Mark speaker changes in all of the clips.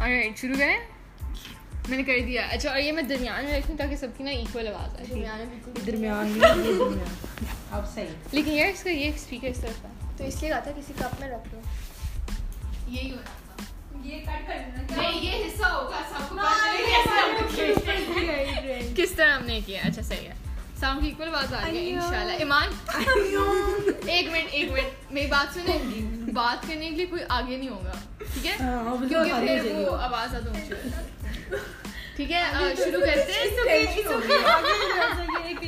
Speaker 1: right, شروع کریں میں نے کر دیا اچھا اور یہ میں درمیان میں رکھوں تاکہ سب کی نا ایکول آواز آئے درمیان میں بالکل
Speaker 2: درمیان میں یہ درمیان اب صحیح
Speaker 1: لیکن یار اس کا یہ اسپیکر اس طرف ہے
Speaker 3: تو اس لیے کہا تھا کسی کپ میں رکھ لو
Speaker 1: یہی ہو رہا تھا
Speaker 4: یہ کٹ کر دینا
Speaker 1: نہیں یہ حصہ ہوگا سب کو کس طرح ہم نے کیا اچھا صحیح ہے ساؤنڈ کی ایکول آواز آ رہی ہے انشاءاللہ ایمان ایک منٹ ایک منٹ میری بات سنیں بات کرنے کے لیے کوئی آگے نہیں ہوگا ٹھیک ہے کیونکہ پھر وہ آواز آتا اونچی ہو جاتی ہے۔ ٹھیک ہے آ، شروع کرتے ہیں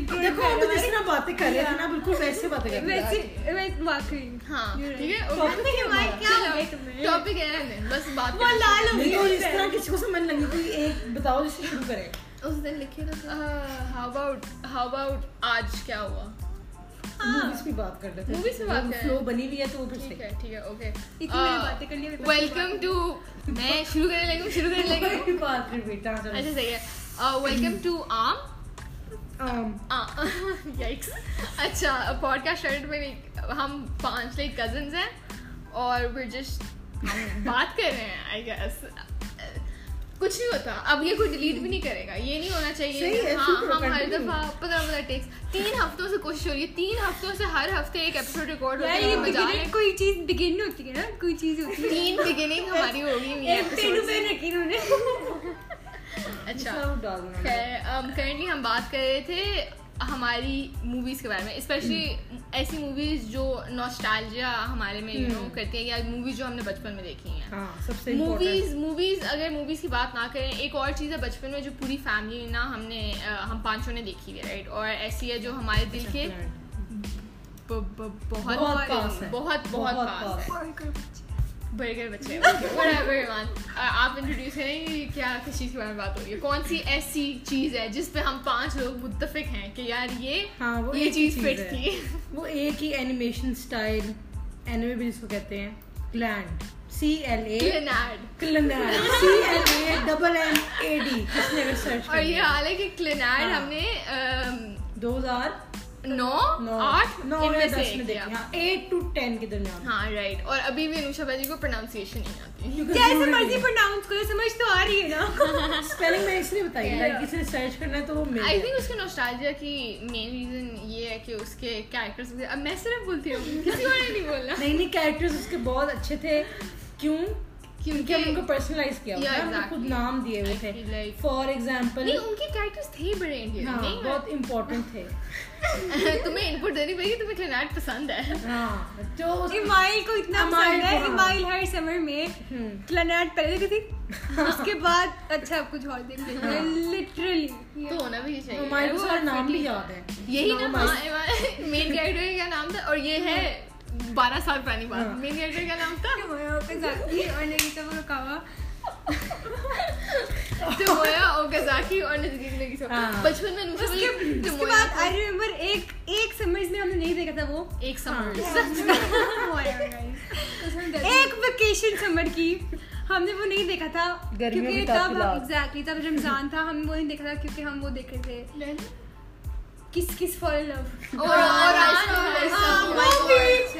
Speaker 2: دیکھو اب جس طرح باتیں کر رہے تھے نا بالکل ویسے باتیں کر رہے تھے
Speaker 1: ہاں ٹھیک ہے
Speaker 4: واقعی
Speaker 1: ٹاپک ہے بس بات
Speaker 4: وہ لال ہو
Speaker 2: نہیں اور اس طرح کسی کو سمجھ لگی کوئی ایک بتاؤ جس سے شروع کرے
Speaker 3: اس دن لکھے تو
Speaker 1: ہاؤ اباؤٹ ہاؤ اباؤٹ آج کیا ہوا
Speaker 2: موویز پہ بات کر رہے
Speaker 1: Movies پہ بات کر رہے ہیں۔
Speaker 2: فلو بنی ہوئی ہے تو وہ پھر
Speaker 1: ٹھیک
Speaker 2: سے
Speaker 1: ہے ٹھیک ہے اوکے
Speaker 4: باتیں کر لیے
Speaker 1: ویلکم ٹو میں شروع کرنے لگی ہوں شروع کرنے لگی ہوں
Speaker 2: کوئی بات نہیں بیٹا چلو۔
Speaker 1: اچھا صحیح ہے ویلکم ٹو آم
Speaker 2: آم،
Speaker 1: یائکس اچھا پوڈ کاسٹ شرٹ میں ہم پانچ لائک کزنز ہیں اور we're just بات کر رہے ہیں آئی گیس کچھ نہیں ہوتا اب یہ کوئی ڈیلیٹ بھی نہیں کرے گا یہ نہیں ہونا چاہیے ہاں ہم ہر دفعہ پندرہ پندرہ ٹیکس تین ہفتوں سے کوشش ہو رہی ہے تین ہفتوں سے ہر ہفتے ایک ایپیسوڈ ریکارڈ ہو
Speaker 4: یعنی
Speaker 1: رہا ہے
Speaker 4: کوئی چیز بگن ہوتی ہے نا کوئی چیز ہوتی ہے
Speaker 1: تین بگننگ ہماری ہوگی اچھا
Speaker 2: سب ڈال دینا۔
Speaker 1: کرنٹلی ہم بات کر رہے تھے ہماری موویز کے بارے میں اسپیشلی ایسی موویز جو نوسٹالجیا ہمارے میں یو نو کرتی ہے یا موویز جو ہم نے بچپن میں دیکھی ہیں
Speaker 2: ہاں سب سے
Speaker 1: موویز موویز اگر موویز کی بات نہ کریں ایک اور چیز ہے بچپن میں جو پوری فیملی نا ہم نے ہم پانچوں نے دیکھی ہوئی رائٹ اور ایسی ہے جو ہمارے دل کے اچھا، بہت بہت بہت پاس ہے برگر بچے آپ انٹروڈیوس کریں گے کیا کس چیز کے بارے میں بات ہو رہی ہے کون سی ایسی چیز ہے جس پہ ہم پانچ لوگ متفق ہیں کہ یار یہ
Speaker 2: ہاں وہ
Speaker 1: یہ چیز فٹ تھی
Speaker 2: وہ ایک ہی اینیمیشن اسٹائل اینیمے بھی جس کو کہتے ہیں گلینڈ C L a کلنڈ C L A double M A D کس نے اگر سرچ
Speaker 1: اور
Speaker 2: کر
Speaker 1: یہ حال ہے کہ کلینڈ
Speaker 2: ہاں۔
Speaker 1: ہم نے
Speaker 2: دو ہزار
Speaker 1: نو
Speaker 2: نو
Speaker 1: آٹھ
Speaker 2: نو
Speaker 1: میں
Speaker 2: میں دس میں ہاں۔ دیکھا ایٹ ٹو ٹین کے درمیان
Speaker 1: ہاں رائٹ اور ابھی بھی انوشا باجی کو پروناؤنسیشن نہیں آتی
Speaker 4: جیسے مرضی پرناؤنس کرو سمجھ تو آ رہی ہے نا
Speaker 2: اسپیلنگ میں اس لیے بتائی لائک کسی نے سرچ کرنا ہے تو وہ
Speaker 1: آئی
Speaker 2: مل
Speaker 1: تھنک اس کے نوسٹالجیا کی مین ریزن یہ ہے کہ اس کے کیریکٹرس اب میں صرف بولتی ہوں کسی اور نے نہیں بولنا
Speaker 2: نہیں نہیں کیریکٹرز اس کے بہت اچھے تھے کیوں کیونکہ ہم ان کو پرسنلائز کیا ہوا
Speaker 1: Yeah,
Speaker 2: ہے ہم نے خود
Speaker 1: exactly.
Speaker 2: نام دیے ہوئے
Speaker 1: I
Speaker 2: تھے
Speaker 1: feel like-
Speaker 2: فار ایگزامپل
Speaker 1: نہیں ان کے کیریکٹرس تھے ہی بڑے انڈین
Speaker 2: ہاں
Speaker 1: نہیں
Speaker 2: بہت امپورٹنٹ تھے
Speaker 1: تمہیں ان پٹ دینی پڑے گی تمہیں کلینٹ پسند ہے
Speaker 2: ہاں جو اس-
Speaker 4: امائل کو اتنا پسند ہے امائل ہر سمر میں
Speaker 2: ہوں۔
Speaker 4: کلناٹ پہلے دیکھتی تھی اس کے بعد اچھا کچھ اور دیکھ لیتے لٹرلی
Speaker 1: تو ہونا بھی
Speaker 2: ہمارے کو سارا نام بھی یاد ہے
Speaker 1: یہی ہاں، نام مین کیریکٹر کا نام تھا اور یہ ہے بارہ سال پرانی بات مین کیریکٹر کا نام تھا
Speaker 4: اور نہیں تو رکاوا
Speaker 1: تمویا اوکازاکی اور نزدیک لگی سب بچپن میں نوشا
Speaker 4: اس کے بعد آئی ریمبر ایک ایک سمرز میں ہم نے نہیں دیکھا تھا وہ
Speaker 1: ایک سمر
Speaker 4: ہاں۔ ایک ویکیشن سمر کی ہم نے وہ نہیں دیکھا تھا
Speaker 2: گرمیوں
Speaker 4: کیونکہ
Speaker 2: کی
Speaker 4: تب
Speaker 2: تعطیلات۔
Speaker 4: ایگزیکٹلی تب رمضان تھا ہم نے وہ نہیں دیکھا تھا کیونکہ ہم وہ دیکھ رہے تھے کس کس فار لو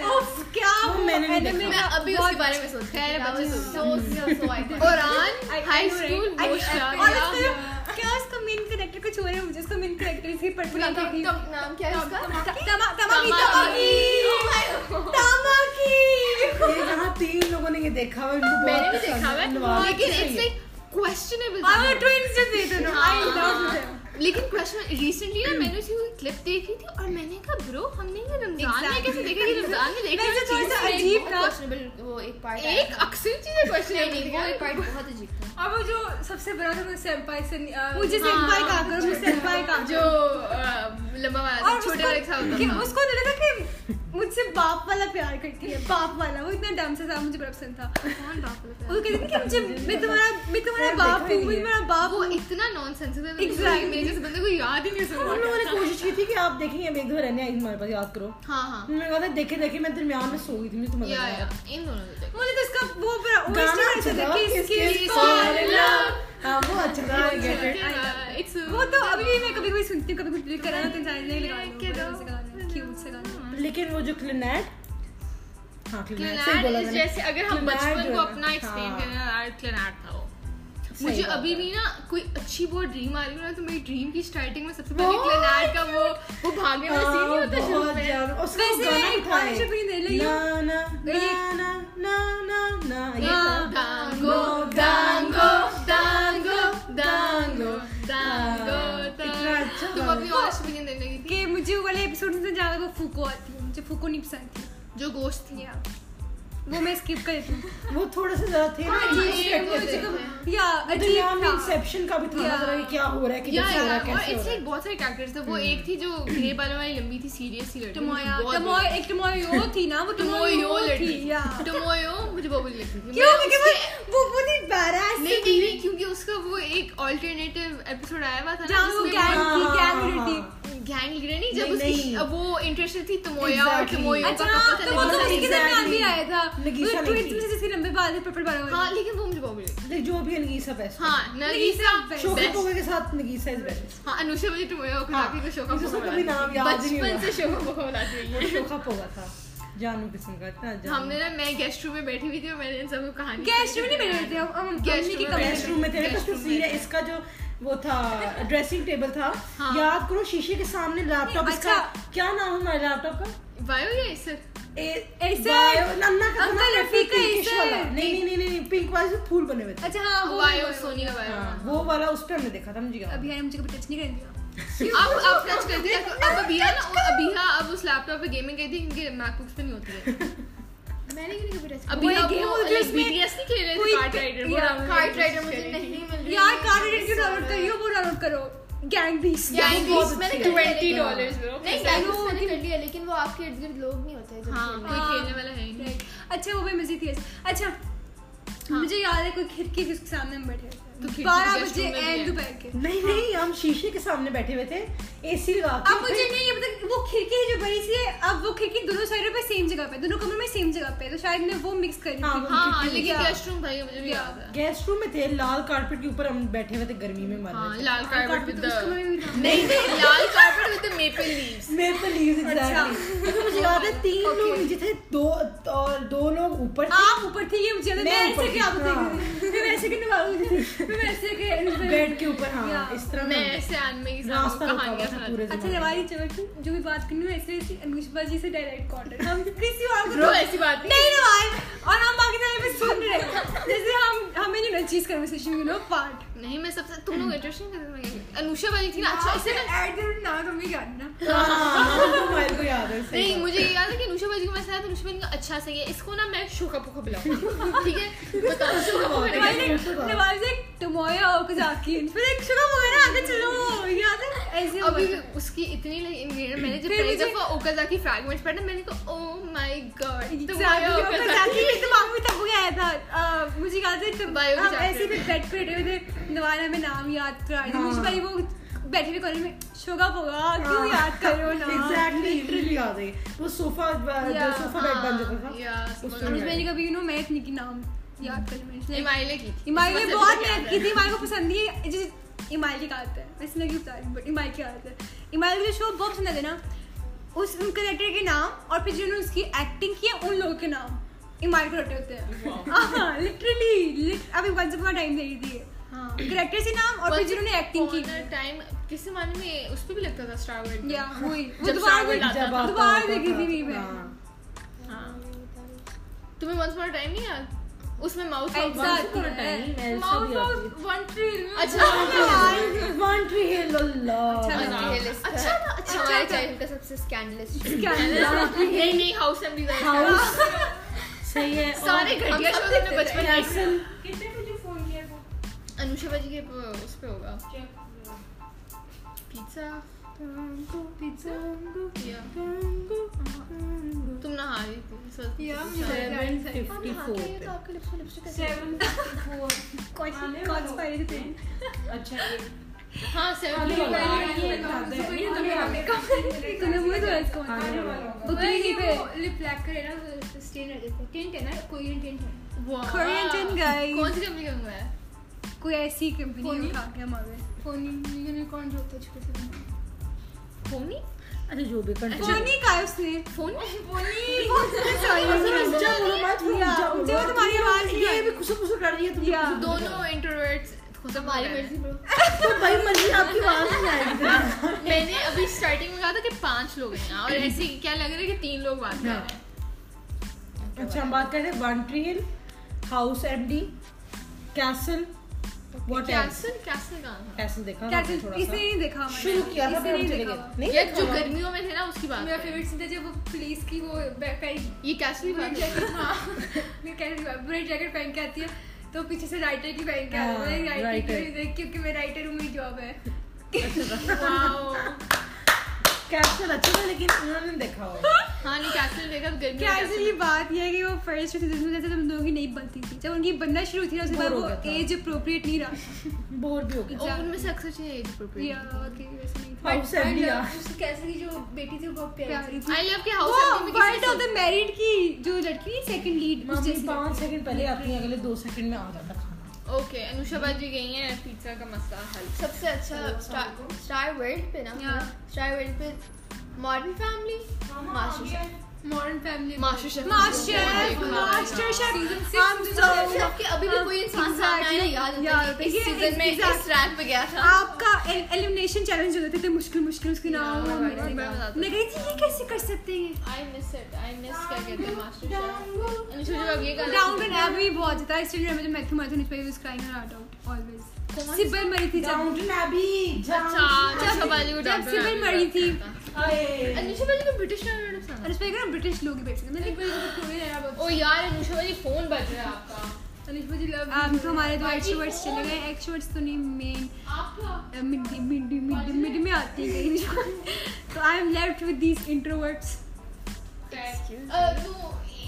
Speaker 2: وہ میں نے نہیں دیکھا۔
Speaker 1: میں ابھی اس کے بارے میں سوچتی ہوں اوران ہائی اسکول
Speaker 4: کیا اس کا مین کریکٹر کچھ ہو رہا ہے مجھے اس کا مین کریکٹر سے پڑھنا
Speaker 1: نام کیا ہے اس کا
Speaker 2: یہ جہاں تین لوگوں نے یہ دیکھا ہوا ہے، ان کو
Speaker 1: میں نے بھی
Speaker 2: بہت
Speaker 1: دیکھا ہوا ہے لیکن
Speaker 2: پسند ہے، نواز اچھی
Speaker 1: اٹس
Speaker 2: ہے۔
Speaker 1: لائک questionable لیکن question- recently نا میں نے اس کی کوئی clip دیکھی تھی اور میں نے کہا برو ہم نے یہ رمضان میں کیسے دیکھا کہ رمضان میں دیکھا
Speaker 4: ویسے تھوڑا سا
Speaker 1: چیز
Speaker 4: عجیب تھا
Speaker 3: questionable وہ ایک پارٹ
Speaker 1: ایک اکثر چیزیں questionable
Speaker 3: وہ ایک
Speaker 1: ہیں۔
Speaker 3: پارٹ بہت عجیب تھا
Speaker 4: اور وہ جو سب سے بڑا تھا وہ سینپائی سے مجھے سینپائی کا کرو مجھے سینپائی کا
Speaker 1: جو آ، لمبا والا تھا
Speaker 4: اور اس
Speaker 1: چھوٹا
Speaker 4: کو-
Speaker 1: والا ایک تھا ہاں۔ ہوتا
Speaker 4: کہ
Speaker 1: تھا۔
Speaker 4: اس کو لگا تھا کہ مجھ سے باپ والا پیار کرتی ہے باپ والا وہ اتنا ڈم سے تھا مجھے بڑا پسند تھا وہ کہتی تھی کہ مجھے میں تمہارا میں تمہارا باپ ہوں میں تمہارا باپ
Speaker 1: وہ
Speaker 4: ہوں
Speaker 1: اتنا نان سینسیبل
Speaker 4: Exactly.
Speaker 1: میرے جیسے بندے کو یاد ہی نہیں سن
Speaker 2: ہم لوگوں نے کوشش کی تھی کہ آپ دیکھیں گے اب ایک دو رہنے آئی ہمارے پاس یاد کرو
Speaker 1: ہاں ہاں
Speaker 2: میں نے کہا تھا دیکھے دیکھے میں درمیان میں سو گئی تھی مجھے تو مزہ
Speaker 1: یا
Speaker 2: آیا
Speaker 1: یا ان دونوں نے دیکھا۔
Speaker 4: مجھے تو اس کا وہ بڑا وہ اس
Speaker 2: گانا
Speaker 4: طرح
Speaker 2: اچھا
Speaker 4: سے
Speaker 2: تھا
Speaker 4: تھا کہ
Speaker 2: کس
Speaker 4: اس کی
Speaker 2: کس
Speaker 1: for love.
Speaker 2: ہاں وہ اچھا تھا I get it.
Speaker 1: It's a-
Speaker 4: وہ تو ابھی بھی میں کبھی کبھی سنتی ہوں کبھی کبھی کرانا تو انسان نہیں
Speaker 1: کہ دو-
Speaker 4: لگا کیوٹ سے گانا
Speaker 2: لیکن وہ جو کلینٹ ہاں کلینٹ صحیح
Speaker 1: کلینٹ
Speaker 2: بولا
Speaker 1: اس
Speaker 2: میں نے
Speaker 1: جیسے اگر ہم
Speaker 2: کلینٹ
Speaker 1: بچپن
Speaker 2: جو
Speaker 1: کو
Speaker 2: ہے نا،
Speaker 1: اپنا ایکسپلین
Speaker 2: ہاں۔
Speaker 1: کریں کلینٹ تھا وہ مجھے ابھی بھی نا کوئی اچھی بہت ڈریم آ رہی ہے نا تو میری ڈریم کی اسٹارٹنگ میں سب سے پہلے کلینار کا وہ وہ بھاگنے والا سین نہیں ہوتا شروع میں ہاں۔ ڈانگو ڈانگو ڈانگو ڈانگو
Speaker 2: اچھا
Speaker 1: ڈانگو تم اپنی اور اوپینین دینے کی تھی
Speaker 4: کہ مجھے وہ والے ایپیسوڈ میں سے جانا وہ فوکو آتی ہے مجھے فوکو نہیں پسند تھی
Speaker 1: جو گوشت تھی
Speaker 4: Yeah. وہ میں اسکپ کر دیتی ہوں
Speaker 2: وہ تھوڑا سا زیادہ تھے
Speaker 1: ہاں، جی،
Speaker 4: یا عجیب تھا
Speaker 2: انسپشن کا بھی تھوڑا کیا ہو رہا ہے
Speaker 1: یا اور اس لیے بہت سارے کیریکٹرز تھے وہ ایک تھی جو گرے بالوں والی لمبی تھی سیریس سی لڑکی
Speaker 4: ٹمویا ٹمویا ایک ٹمویا تھی نا وہ
Speaker 1: ٹمویو
Speaker 4: ٹمویا تھی
Speaker 1: لڑکی
Speaker 4: یا
Speaker 1: ٹمویو مجھے وہ بری لگتی تھی
Speaker 4: کیوں کیونکہ وہ وہ بہت ہی بیراس
Speaker 1: نہیں نہیں نہیں کیونکہ اس کا وہ ایک آلٹرنیٹو ایپیسوڈ آیا ہوا تھا
Speaker 4: جہاں وہ
Speaker 1: نا
Speaker 4: گینگ تھی گینگ تھی
Speaker 1: گینگ لیڈر نہیں جب
Speaker 2: نہیں،
Speaker 1: اس کی
Speaker 2: نہیں۔
Speaker 1: اب وہ انٹرسٹ تھی تمویا اور
Speaker 2: Exactly.
Speaker 1: تمویو کا
Speaker 4: اچھا
Speaker 1: کپل
Speaker 4: تو وہ تو
Speaker 1: تھا۔
Speaker 4: اسی کے درمیان بھی آیا تھا
Speaker 2: لگیسا
Speaker 4: وہ twins میں سے جس کے لمبے بال ہیں پرپل بال
Speaker 1: ہاں
Speaker 4: والے
Speaker 1: لیکن وہ مجھے بہت بری لگتی
Speaker 2: جو بھی انگیسا بیسٹ
Speaker 1: ہاں
Speaker 4: نرگسا
Speaker 1: نرگسا
Speaker 4: best.
Speaker 2: شوکت
Speaker 1: best.
Speaker 2: ہوگا کے ساتھ نگیسا از بیسٹ
Speaker 1: ہاں انوشا مجھے تمویا اور
Speaker 2: ہاں،
Speaker 1: کافی کو شوق
Speaker 2: مجھے اس کا
Speaker 1: بہت
Speaker 2: کبھی
Speaker 1: بڑا
Speaker 2: نام
Speaker 1: تھی۔
Speaker 2: یاد ہی نہیں
Speaker 1: بچپن
Speaker 2: ہوا۔
Speaker 1: سے شوق بہت آتی ہے
Speaker 2: شوکپ ہوگا تھا جانو قسم کا اتنا
Speaker 1: ہم نے
Speaker 2: جانو
Speaker 1: نا میں گیسٹ روم میں بیٹھی ہوئی تھی اور میں نے ان سب کو کہانی
Speaker 4: گیسٹ میں نہیں ملے تھے ہم
Speaker 1: Guest
Speaker 4: امی کی
Speaker 1: room میں
Speaker 4: کمرے
Speaker 2: گیسٹ روم میں تیرے پاس تصویر ہے اس کا جو وہ تھا ڈریسنگ ٹیبل تھا یاد کرو شیشے کے سامنے لیپ ٹاپ اس کا کیا نام ہے ہمارے لیپ ٹاپ کا
Speaker 1: بایو یا ایسر
Speaker 2: نہیں نہیں پنک والے پھول بنے ہوئے تھے
Speaker 4: اچھا ہاں وہ
Speaker 1: بایو سونی کا بایو
Speaker 2: وہ والا اس پہ ہم نے دیکھا تھا مجھے
Speaker 4: ابھی یار مجھے کبھی ٹچ نہیں کرنے دیا
Speaker 1: آپ آپ ٹچ کر دیا اب ابیا نا ابیا اب اس لیپ ٹاپ پہ گیمنگ گئی تھی کیونکہ میک بکس پہ نہیں ہوتی ہے
Speaker 5: میں نے کبھی touch
Speaker 1: ابھی
Speaker 4: وہ
Speaker 1: آپ
Speaker 4: game
Speaker 1: وہ
Speaker 4: ہوتی ہے
Speaker 1: like
Speaker 4: اس میں
Speaker 1: BTS نہیں کھیل رہے
Speaker 4: کوئی-
Speaker 1: تھے کارٹ رائڈر وہ
Speaker 4: Yeah.
Speaker 1: download
Speaker 5: کارڈ
Speaker 1: کر کے
Speaker 5: رائڈر
Speaker 1: کھیلیں۔
Speaker 5: مجھے نہیں مل رہی
Speaker 4: یار کارڈ ریڈ کیوں ڈاؤن لوڈ کریو وہ ڈاؤن لوڈ کرو گینگ بیس
Speaker 1: Gang
Speaker 2: بہت
Speaker 1: Beasts میں نے
Speaker 2: اچھی ہے۔
Speaker 1: 20 dollars bro.
Speaker 5: نہیں ٹائم میں نے کر لیا لیکن وہ آپ کے ارد گرد لوگ نہیں ہوتے
Speaker 1: ہاں
Speaker 5: جب
Speaker 1: کوئی کھیلنے والا ہے ہی نہیں
Speaker 4: اچھا وہ بھی مزید تھی اچھا
Speaker 1: ہاں۔
Speaker 4: مجھے یاد ہے کوئی کھڑکی تھی اس کے سامنے ہم بیٹھے ہوئے تھے بارہ بجے اینڈ دوپہر کے
Speaker 2: نہیں نہیں ہم شیشے کے سامنے بیٹھے ہوئے تھے اے سی لگا
Speaker 4: اب مجھے نہیں یہ پتا وہ کھڑکی جو بڑی سی ہے اب وہ کھڑکی دونوں سائڈوں پہ سیم جگہ پہ دونوں کمروں میں سیم جگہ پہ تو شاید میں وہ مکس کر رہی
Speaker 1: ہاں ہاں
Speaker 2: کے
Speaker 1: لیکن
Speaker 4: Yeah.
Speaker 1: گیسٹ روم بھائی مجھے بھی یاد ہے
Speaker 2: گیسٹ روم میں تھے لال کارپیٹ کے اوپر ہم بیٹھے ہوئے تھے گرمی میں
Speaker 1: ہاں
Speaker 2: مارے
Speaker 1: لال کارپٹ وتھ
Speaker 4: تھی
Speaker 1: نہیں لال carpet with the maple leaves
Speaker 2: میرے پلیز مجھے یاد ہے تین لوگ نیچے تھے دو اور دو لوگ اوپر
Speaker 4: آپ اوپر تھی یہ مجھے یاد ہے، میں ایسے کہ آپ دیکھ رہی تھی میں ایسے کہ نواز تھی میں ایسے کہ
Speaker 2: بیڈ کے اوپر ہاں اس طرح
Speaker 1: میں ایسے آنمے کے ساتھ
Speaker 2: راستہ
Speaker 1: کہانیاں سنا
Speaker 2: پورے
Speaker 4: اچھا روایت چوک جو بھی بات کرنی ہو ایسے ایسے انوش باجی سے ڈائریکٹ کانٹیکٹ ہم کسی اور کو
Speaker 1: Bro, ایسی بات نہیں
Speaker 4: نہیں روایت اور ہم باقی طرح پہ سن رہے ہیں جیسے ہم ہمیں یو نو چیز کنورسیشن یو نو پارٹ
Speaker 1: نہیں میں سب سے تم لوگ انٹرسٹنگ کرتے انوشا والی تھی نا اچھا اسے نا
Speaker 4: ایٹ دا نام ہمیں کرنا
Speaker 2: کو یاد ہے
Speaker 1: نہیں مجھے یہ یاد ہے کہ نوشا جی باجی کو میں ساتھ نوشا باجی کو اچھا صحیح ہے اس کو نا میں شوکا پوکا پلاؤں ٹھیک ہے بتاؤ شوکا پوکا
Speaker 4: نواز ایک- نواز ایک ٹمویا ہو کے ذاکین پھر ایک شگم وغیرہ آگے چلو یاد ہے ایسے ہو
Speaker 1: ابھی
Speaker 4: گیا۔
Speaker 1: اس کی اتنی انگریڈ میں نے جب
Speaker 4: پھر
Speaker 1: پہلی
Speaker 4: مجھے-
Speaker 1: دفعہ اوکازاکی فریگمنٹس پڑھا میں نے کہا "Oh oh my god
Speaker 4: Exactly, اوکا ذاکی میرے دماغ میں تب گیا تھا آ، مجھے یاد ہے تب
Speaker 1: Bio
Speaker 4: ہم
Speaker 1: chapter
Speaker 4: ایسے
Speaker 1: میں۔
Speaker 4: بھی بیٹھ پہ بیٹھے ہوئے تھے نوال ہمیں نام یاد کرا رہی تھی مجھے بھائی وہ بیٹھے ہوئے کالج میں شوگا ہوگا کیوں یاد کرو نا
Speaker 2: وہ صوفہ جو
Speaker 1: ہاں،
Speaker 2: صوفہ بیڈ بن جاتا تھا
Speaker 4: اور اس میں نے کبھی یو نو میتھ نہیں کی نام یاد کر میں نے
Speaker 1: ہمائلے کی تھی
Speaker 4: ایمائی نے
Speaker 1: اس میں
Speaker 4: بہت
Speaker 1: سب سے
Speaker 4: محنت کی تھی ایمائی کو پسند نہیں ہے جیسے ایمائی کی عادت ہے میں سنگی بتا رہی ہوں بٹ ایمائی کی عادت ہے ایمائی کو جو شو بہت پسند آتے نا اس ان کریکٹر کے نام اور پھر جنہوں نے اس کی ایکٹنگ کی ہے ان لوگوں کے نام ایمائی کو رٹے ہوتے ہیں ہاں لٹرلی ابھی ونس اپنا ٹائم دے رہی تھی ہاں کریکٹر سے نام اور پھر جنہوں نے ایکٹنگ کی
Speaker 1: ٹائم کس زمانے میں اس پہ بھی لگتا تھا اسٹار ورلڈ
Speaker 4: یا ہوئی
Speaker 1: جب Star World آتا
Speaker 4: دوبارہ دوبارہ دیکھی تھی بھی میں
Speaker 1: ہاں تمہیں ونس مور ٹائم نہیں یاد اس میں ماؤس
Speaker 4: Exactly.
Speaker 1: اچھا
Speaker 5: اچھا اچھا ہمارے ٹائم کا سب سے اسکینڈلس
Speaker 1: نہیں نہیں ہاؤس ایمبلی سارے گھٹیا شو ہم نے بچپن میں انوشا باجی کے اس پہ ہوگا پیزا تم نہ ہاری تھی
Speaker 5: آپ کے لپس لپس
Speaker 4: کالس پہ رہی تھی
Speaker 1: ہاں
Speaker 4: تو نے مجھے تو اس کو بکری کی پہ
Speaker 1: Ah.
Speaker 4: Korean tin, guys.
Speaker 1: کون سی کمپنی کا ہے
Speaker 4: کوئی ایسی کمپنی اٹھا کے ہمارے
Speaker 1: فونی
Speaker 2: جو بھی
Speaker 4: فونی کا ہے اس نے
Speaker 1: فونی
Speaker 4: مجھے وہ تمہاری آواز نہیں آئی۔
Speaker 2: کر رہی ہے
Speaker 1: دونوں انٹروورٹس ہو سکتا
Speaker 5: ہماری
Speaker 1: ہے
Speaker 5: مرضی bro.
Speaker 6: تو بھائی مرضی آپ کی آواز نہیں آئے گی
Speaker 1: میں نے ابھی اسٹارٹنگ میں کہا تھا کہ پانچ لوگ ہیں اور ایسے کیا لگ رہا ہے کہ تین لوگ بات کر رہے ہیں
Speaker 6: اچھا ہم بات کر رہے ہیں one trail house M D castle what else
Speaker 1: castle castle گانا
Speaker 6: کیسل دیکھا
Speaker 4: کیا
Speaker 6: ہم نے تھوڑا
Speaker 4: اسے
Speaker 6: سا
Speaker 4: نہیں دیکھا ہم نے۔
Speaker 6: شروع کیا تھا
Speaker 4: اسے
Speaker 6: پھر ہم
Speaker 4: نہیں
Speaker 6: چلے گئے
Speaker 4: دیکھا ہوا۔
Speaker 6: نہیں
Speaker 1: یہ
Speaker 6: دیکھا
Speaker 1: جو
Speaker 6: ہم نے۔
Speaker 1: گرمیوں میں تھے نا اس کی بات
Speaker 4: میرا فیوریٹ سین تھا جب وہ پولیس کی وہ بے- پہن-
Speaker 1: یہ کیسل
Speaker 4: بری جیکٹ ہاں میں کہہ رہی ہوں، بری جیکٹ پہن کے آتی ہے تو پیچھے سے رائٹر کی پہن کے آتی
Speaker 6: ہاں،
Speaker 4: ہے میں رائٹر
Speaker 6: writer۔
Speaker 4: کی دیکھ- کیونکہ میں رائٹر ہوں میری جاب ہے
Speaker 6: کیسل اچھا تھا لیکن انہوں نے دیکھا ہوا
Speaker 1: ہاں نہیں کیسل دیکھا تو گرمی
Speaker 4: کیا ایسے یہ بات یہ ہے کہ وہ فرسٹ سیزن میں جیسے تم لوگوں کی نہیں بنتی تھی جب ان کی بننا شروع تھی نا اس کے
Speaker 6: Bore ہو
Speaker 4: بعد وہ
Speaker 6: گیا تھا۔
Speaker 4: ایج اپروپریٹ نہیں رہا
Speaker 6: بور بھی ہو گیا
Speaker 1: ان میں سے اکثر چیز
Speaker 4: یا اوکے ویسے نہیں تھا۔
Speaker 6: ہاؤس ایم ڈی
Speaker 5: But اس کی کیسے کی جو بیٹی تھی وہ بہت پیاری
Speaker 4: پیاری
Speaker 5: تھی
Speaker 4: تھی۔
Speaker 1: آئی لو کے
Speaker 4: وہ world of
Speaker 1: house
Speaker 4: the married کی جو لڑکی نہیں سیکنڈ لیڈ اس
Speaker 6: ممی
Speaker 4: جیسی
Speaker 6: پانچ سیکنڈ پہلے آتی ہے اگلے دو سیکنڈ میں آ جاتا کھانا
Speaker 1: اوکے انوشا باجی گئی ہیں پیزا کا مسئلہ حل
Speaker 5: سب سے اچھا اسٹار ورلڈ پہ نا
Speaker 4: Yeah.
Speaker 5: اسٹار ورلڈ پہ modern family master
Speaker 4: modern family
Speaker 1: master chef
Speaker 4: master master chef ہم
Speaker 5: شیف
Speaker 4: سو
Speaker 5: آپ کے ابھی بھی کوئی انسان سامنے آیا یاد ہوتا ہے اس سیزن میں اس ٹریک پہ گیا تھا
Speaker 4: آپ کا ایلیمنیشن چیلنج ہوتے تھے مشکل مشکل اس کے نام میں کہی تھی یہ کیسے کر سکتے ہیں
Speaker 1: آئی مس اٹ آئی مس کیا کہتے ہیں ماسٹر شیف انوشا جو اب یہ گانا
Speaker 4: ڈاؤن ٹن ایب بھی بہت ہوتا ہے اس لیے مجھے میتھو میتھو نہیں پائی was crying her heart out always سبل مری تھی جب
Speaker 6: ڈاؤن ابھی
Speaker 1: اچھا انوشا باجی کو
Speaker 4: جب سبل مری تھی
Speaker 1: انوشا باجی کو برٹش نہ
Speaker 4: اور اس پہ کہنا برٹش لوگ ہی بیٹھتے میں نے
Speaker 1: او یار انوشا باجی فون بج رہا ہے آپ کا
Speaker 4: ہم تو ہمارے دو ایکشورٹس چلے گئے ایکشورٹس تو نہیں uh, مین
Speaker 1: آپ کا
Speaker 4: مڈ مڈ مڈ مڈ میں آتی ہے تو I am left with these introverts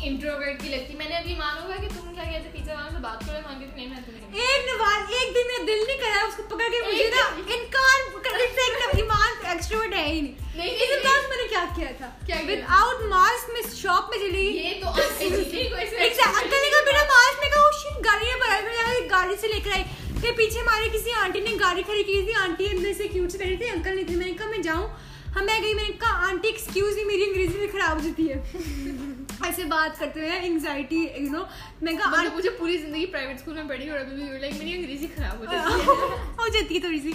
Speaker 1: introvert کی لگتی میں نے ابھی مانو گا کہ تم کیا کہتے پیزا والوں سے بات کرو مانگے تو نہیں میں تمہیں
Speaker 4: ایک نواز ایک دن میں دل نہیں کرا اس کو پکڑ کے مجھے نا انکار کرنے سے ایک دم ایمان ایکسٹروورٹ ہے ہی نہیں
Speaker 1: نہیں،
Speaker 4: اس
Speaker 1: نہیں،
Speaker 4: انداز میں نے کیا کیا تھا
Speaker 1: کیا کیا
Speaker 4: ود آؤٹ ماسک میں شاپ میں چلی گئی
Speaker 1: یہ تو
Speaker 4: انکل نے کہا بنا ماسک میں کہا "Oh shit، گاڑی میں بھرا ہے۔ میں نے کہا، گاڑی سے لے کر آئی پھر پیچھے ہمارے کسی آنٹی نے گاڑی کھڑی کی تھی آنٹی اندر سے کیوٹ سے بیٹھی تھی انکل نہیں تھے میں نے کہا میں جاؤں ہاں میں گئی میں نے کہا آنٹی ایکسکیوز می میری انگریزی بھی خراب ہو جاتی ہے ایسے بات کرتے ہوئے انگزائٹی یو نو میں نے کہا "Aunty-
Speaker 1: مطلب مجھے پوری زندگی پرائیویٹ اسکول میں پڑھی اور ابھی بھی لائک میری انگریزی خراب ہو جاتی
Speaker 4: ہو جاتی ہے تھوڑی سی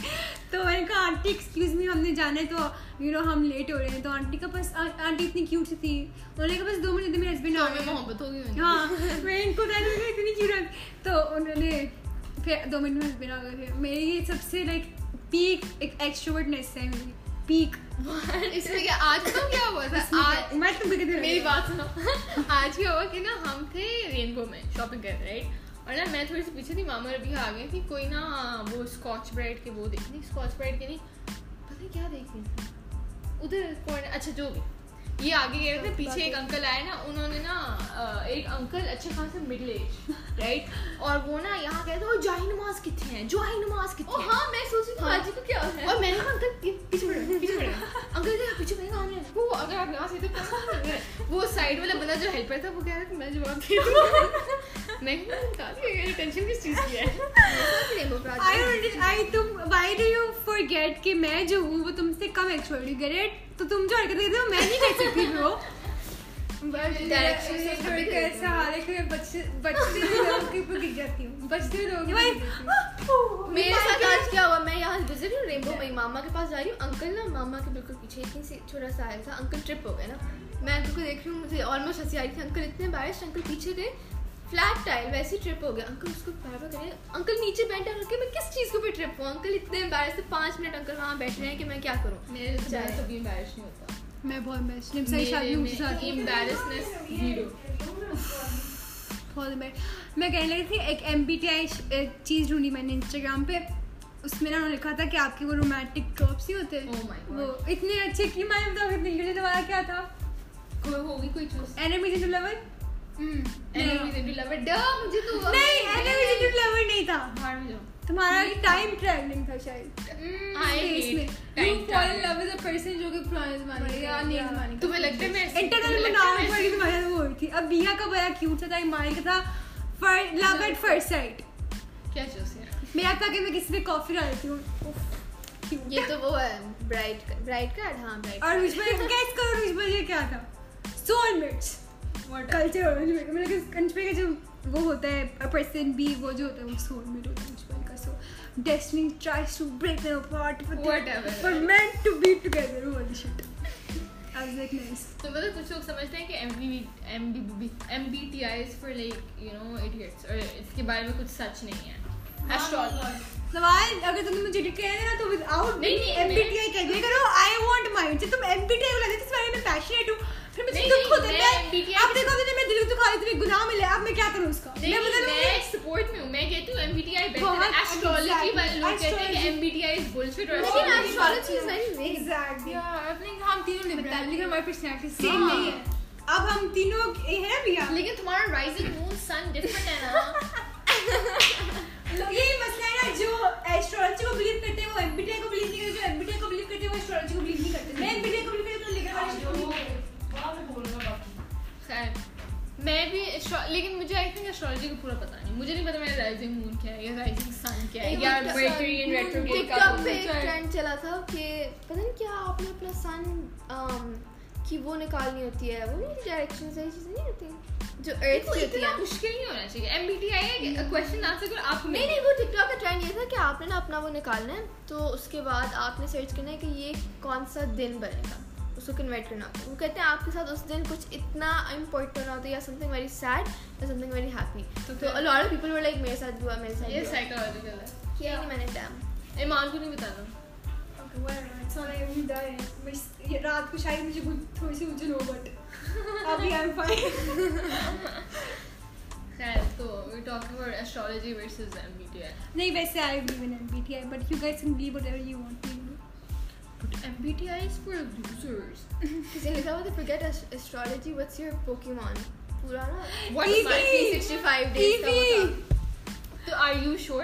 Speaker 4: تو میں نے کہا آنٹی ایکسکیوز می ہم نے جانا ہے تو یو نو ہم لیٹ ہو رہے ہیں تو آنٹی کا بس آنٹی اتنی کیوٹ سی تھی انہوں نے کہا بس دو منٹ دے میرے ہسبینڈ آ
Speaker 1: ہے
Speaker 4: گئے
Speaker 1: محبت ہوگی
Speaker 4: ہاں میں ان کو ڈر لگا اتنی کیوٹ آتی تو انہوں نے پھر دو منٹ میں ہسبینڈ آ گئے تھے میری یہ سب سے لائک پیک ایک ایکسٹروورٹنیس ہے میری پیک
Speaker 1: اس میں کیا آج تو کیا ہوا تھا آج
Speaker 4: میں تم کو کہتے
Speaker 1: میری بات سنو آج کیا ہوا کہ نا ہم تھے رینبو میں شاپنگ کر رہے اور نا میں تھوڑی سی پیچھے تھی ماما ابھی آ گئی تھی کوئی نا وہ اسکاچ بریڈ کے وہ دیکھنی اسکاچ بریڈ کے نہیں پتہ کیا دیکھ رہی تھی ادھر کون اچھا جو بھی یہ آگے گئے تھے پیچھے ایک انکل آئے نا انہوں نے نا ایک انکل اچھے خاصے مڈل ایج رائٹ اور وہ نا یہاں گئے تھے اور جاہی نماز کتنے ہیں جوہی نماز کتنے ہیں
Speaker 5: ہاں میں سوچ رہی تھی باجی کو کیا ہے
Speaker 1: اور میں نے کہا انکل یہ پیچھے پڑو پیچھے پڑو انکل کیا پیچھے پڑیں گے آنے آنے۔ وہ اگر آپ یہاں سے ادھر پڑیں وہ سائڈ والا بندہ جو ہیلپر تھا وہ کہہ رہا تھا میں جواب دے دوں میں ٹینشن کس چیز کی ہے
Speaker 4: گیٹ کہ میں جو ہوں وہ تم سے کم ایکسٹروورٹ ہوں گریٹ تو تم جو حرکت کرتے ہو میں نہیں کر سکتی bro۔
Speaker 5: Direction سے کبھی کبھی ایسا
Speaker 4: حال ہے کہ میں بچتے لوگوں کے اوپر گر جاتی ہوں بچتے لوگوں
Speaker 5: میرے ساتھ آج کیا ہوا میں یہاں گزر رہی ہوں ریمبو میں ماما کے پاس جا رہی ہوں انکل نا ماما کے بالکل پیچھے اتنی سی چھوٹا سا آیا تھا انکل ٹرپ ہو گئے نا میں انکل کو دیکھ رہی ہوں مجھے آلموسٹ ہنسی آ رہی تھی انکل اتنے بارش انکل پیچھے گئے فلیٹ ٹائل ویسے ٹرپ ہو گیا انکل اس کو بار بار کرے انکل نیچے بیٹھے انکل میں کس چیز کے اوپر ٹرپ ہوں انکل اتنے امبیرس تھے پانچ منٹ انکل وہاں بیٹھ رہے ہیں کہ میں کیا کروں
Speaker 1: میرے
Speaker 5: تو میں
Speaker 1: کبھی امبیرس نہیں ہوتا
Speaker 4: میں بہت بیسٹ ہوں ساری شادی ہوں ساتھ
Speaker 1: امبیرسنس ہیرو
Speaker 4: بہت بیسٹ میں کہنے لگی تھی ایک ایم بی ٹی آئی چیز ڈھونڈی میں نے انسٹاگرام پہ اس میں نا انہوں نے لکھا تھا کہ آپ کے وہ رومانٹک ٹاپس ہی ہوتے
Speaker 1: Oh my God.
Speaker 4: وہ اتنے اچھے کہ میں بتاؤ کتنے لیے دوبارہ کیا تھا
Speaker 1: کوئی ہوگی کوئی چوز
Speaker 4: اینمی جی لور
Speaker 1: مجھے تو
Speaker 4: نہیں
Speaker 1: Oh
Speaker 4: اینمی جی لور نہیں تھا
Speaker 1: باہر میں جاؤ
Speaker 4: تمہارا ٹائم ٹریولنگ تھا شاید
Speaker 1: تمہیں لگتا ہے میں
Speaker 4: انٹرنل میں نام پڑی تمہارے وہ ہوئی تھی اب بیہا کا بڑا کیوٹ تھا ایمائل کا تھا لو ایٹ فرسٹ سائٹ
Speaker 1: کیا چوز ہے
Speaker 4: میرا تھا کہ میں کسی پہ کافی ڈالتی ہوں
Speaker 5: یہ تو وہ ہے برائٹ برائٹ کارڈ ہاں برائٹ
Speaker 4: اور روش بھائی گیس کرو روش بھائی یہ کیا تھا سول میٹس کلچر میں نے کہا انش بھائی کا جو وہ ہوتا ہے پرسن بھی وہ جو ہوتا ہے وہ سول میٹ ہوتا ہے روش بھائی so destiny tries to break them apart but
Speaker 1: Whatever.
Speaker 4: But meant to be
Speaker 1: Oh,
Speaker 4: together holy shit I was like nice
Speaker 1: तो मतलब कुछ लोग समझते हैं कि M B T I for like you know idiots और इसके बारे में कुछ सच नहीं है एस्ट्रोलॉजी
Speaker 4: सवाल अगर तुमने मुझे डिटेल कह देना तो विदाउट
Speaker 1: नहीं, नहीं,
Speaker 4: एमबीटीआई कह दिया करो आई वांट माइंड से तुम एमबीटीआई वाला इस बारे में पैशनेट हो फिर मुझे
Speaker 1: नहीं,
Speaker 4: दुख
Speaker 1: नहीं,
Speaker 4: होता
Speaker 1: मैं
Speaker 4: है
Speaker 1: MBTI
Speaker 4: अब देखो मैंने मेरे दिल को दुखा दिया तुम्हें गुनाह मिला है, अब मैं क्या करूं उसका
Speaker 1: नहीं,
Speaker 4: मैं बदल
Speaker 1: मैं सपोर्ट में हूँ मैं कहती हूँ एमबीटीआई बेहतर
Speaker 4: बहुत-
Speaker 1: है एस्ट्रोलॉजी वाले लोग कहते हैं कि
Speaker 4: Astrology.
Speaker 1: एमबीटीआई इज बुलशिट और
Speaker 5: लेकिन
Speaker 1: astrology-
Speaker 5: astrology is very vague
Speaker 4: exactly
Speaker 6: Yeah, I think हम तीनों liberal हैं, लेकिन हमारी personality
Speaker 4: सेम
Speaker 6: same
Speaker 4: नहीं है अब हम तीनों ये हैं भैया
Speaker 1: लेकिन तुम्हारा राइजिंग मून सन डिफरेंट है ना
Speaker 4: लोग यही मसला है ना जो एस्ट्रोलॉजी को बिलीव करते हैं वो एमबीटीआई को बिलीव नहीं करते जो एमबीटीआई को बिलीव करते हैं वो एस्ट्रोलॉजी को बिलीव नहीं करते मैं एमबीटीआई को बिलीव करती हूँ लेकिन वाले को नहीं करती।
Speaker 1: खैर मैं भी astro- लेकिन मुझे आई थिंक एस्ट्रोलॉजी का पूरा पता नहीं मुझे नहीं पता मेरा राइजिंग मून क्या है या राइजिंग सन क्या है या मर्करी इन रेट्रोग्रेड का
Speaker 5: टिकटॉक पे
Speaker 1: moon
Speaker 5: एक
Speaker 1: chart।
Speaker 5: ट्रेंड चला था कि पता नहीं क्या आपने अपना सन की वो निकालनी होती है वो नहीं डायरेक्शन सारी चीजें नहीं होती जो अर्थ
Speaker 1: देखो,
Speaker 5: की होती
Speaker 1: इतना
Speaker 5: है
Speaker 1: मुश्किल नहीं होना चाहिए एमबीटीआई क्वेश्चन आंसर करो आपको
Speaker 5: नहीं नहीं वो टिकटॉक का ट्रेंड ये था कि आपने ना अपना वो निकालना है तो उसके बाद आपने सर्च करना है कि ये कौन सा दिन बनेगा उसको कन्वर्ट करना होता है वो कहते हैं आपके साथ उस दिन कुछ इतना इम्पोर्टेंट होना होता है या समथिंग वेरी सैड या समथिंग वेरी हैप्पी
Speaker 1: तो
Speaker 5: तो
Speaker 1: फिर-
Speaker 5: a lot of people were like मेरे साथ भी हुआ मेरे साथ
Speaker 1: ये
Speaker 5: भी हुआ।
Speaker 1: साइकोलॉजिकल है
Speaker 5: किया ही नहीं मैंने डैम
Speaker 1: ईमान को नहीं बताना
Speaker 4: Okay, whatever, it's not like I'm dying. बस ये रात को शायद मुझे कुछ- थोड़ी सी उजल हो बट अभी आई एम फाइन
Speaker 1: खैर तो we talking about astrology versus MBTI
Speaker 4: नहीं वैसे I believe in MBTI but you guys can believe whatever you want to
Speaker 1: MBTI is for losers
Speaker 5: किसी ने लिखा हुआ था forget astrology what's your Pokemon पूरा ना
Speaker 1: व्हाट
Speaker 4: Easy.
Speaker 1: माय
Speaker 5: 365 डेज का
Speaker 4: Easy.
Speaker 5: होता
Speaker 1: तो आर यू श्योर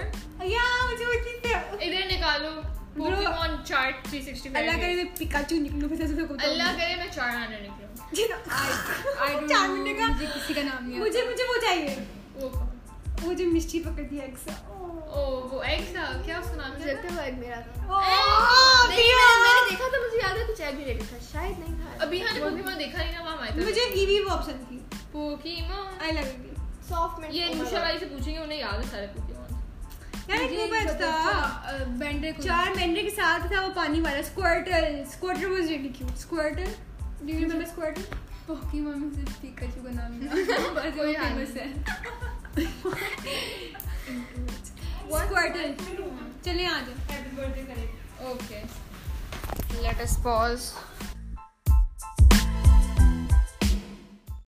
Speaker 4: या मुझे वो ठीक है
Speaker 1: इधर निकालो
Speaker 4: Bro.
Speaker 1: पोकेमॉन चार्ट 365
Speaker 4: अल्लाह करे मैं पिकाचू निकलूं मैं सबसे को
Speaker 1: अल्लाह करे मैं चार आना निकलूं
Speaker 4: जी ना
Speaker 6: I don't
Speaker 4: चार
Speaker 6: know,
Speaker 4: मिनट का
Speaker 6: मुझे किसी का नाम नहीं
Speaker 4: मुझे मुझे वो चाहिए
Speaker 1: वो कौन?
Speaker 4: वो जो मिस्टी पकड़ दिया एक सा
Speaker 1: ओ
Speaker 4: Oh,
Speaker 1: वो एग था क्या उसका
Speaker 5: था
Speaker 1: नाम
Speaker 5: मुझे
Speaker 1: था
Speaker 5: लगता है वो एक मेरा था
Speaker 6: Oh!
Speaker 4: ओह,
Speaker 5: नहीं
Speaker 4: दिया।
Speaker 5: मैंने मैंने देखा था मुझे याद है कुछ एग रिलेटेड था शायद नहीं था
Speaker 1: अभी हमने पोकेमॉन देखा नहीं ना वहां आया था
Speaker 4: मुझे ईवी वो ऑप्शन थी
Speaker 1: Pokemon
Speaker 4: I love Eevee
Speaker 5: soft minute
Speaker 1: ये निशा वाली से पूछेंगे उन्हें याद है सारे पोकेमॉन
Speaker 4: यार एक वो बच था uh,
Speaker 6: बेंडे को
Speaker 4: चार मेंढे के साथ था वो पानी वाला Squirtle Squirtle was really cute Squirtle do you remember Squirtle
Speaker 6: Pokemon में से पिकाचू का नाम नहीं पर वो
Speaker 1: कोई याद
Speaker 6: फेमस है
Speaker 4: स्क्वर्टल चले आ जाओ
Speaker 1: okay let us pause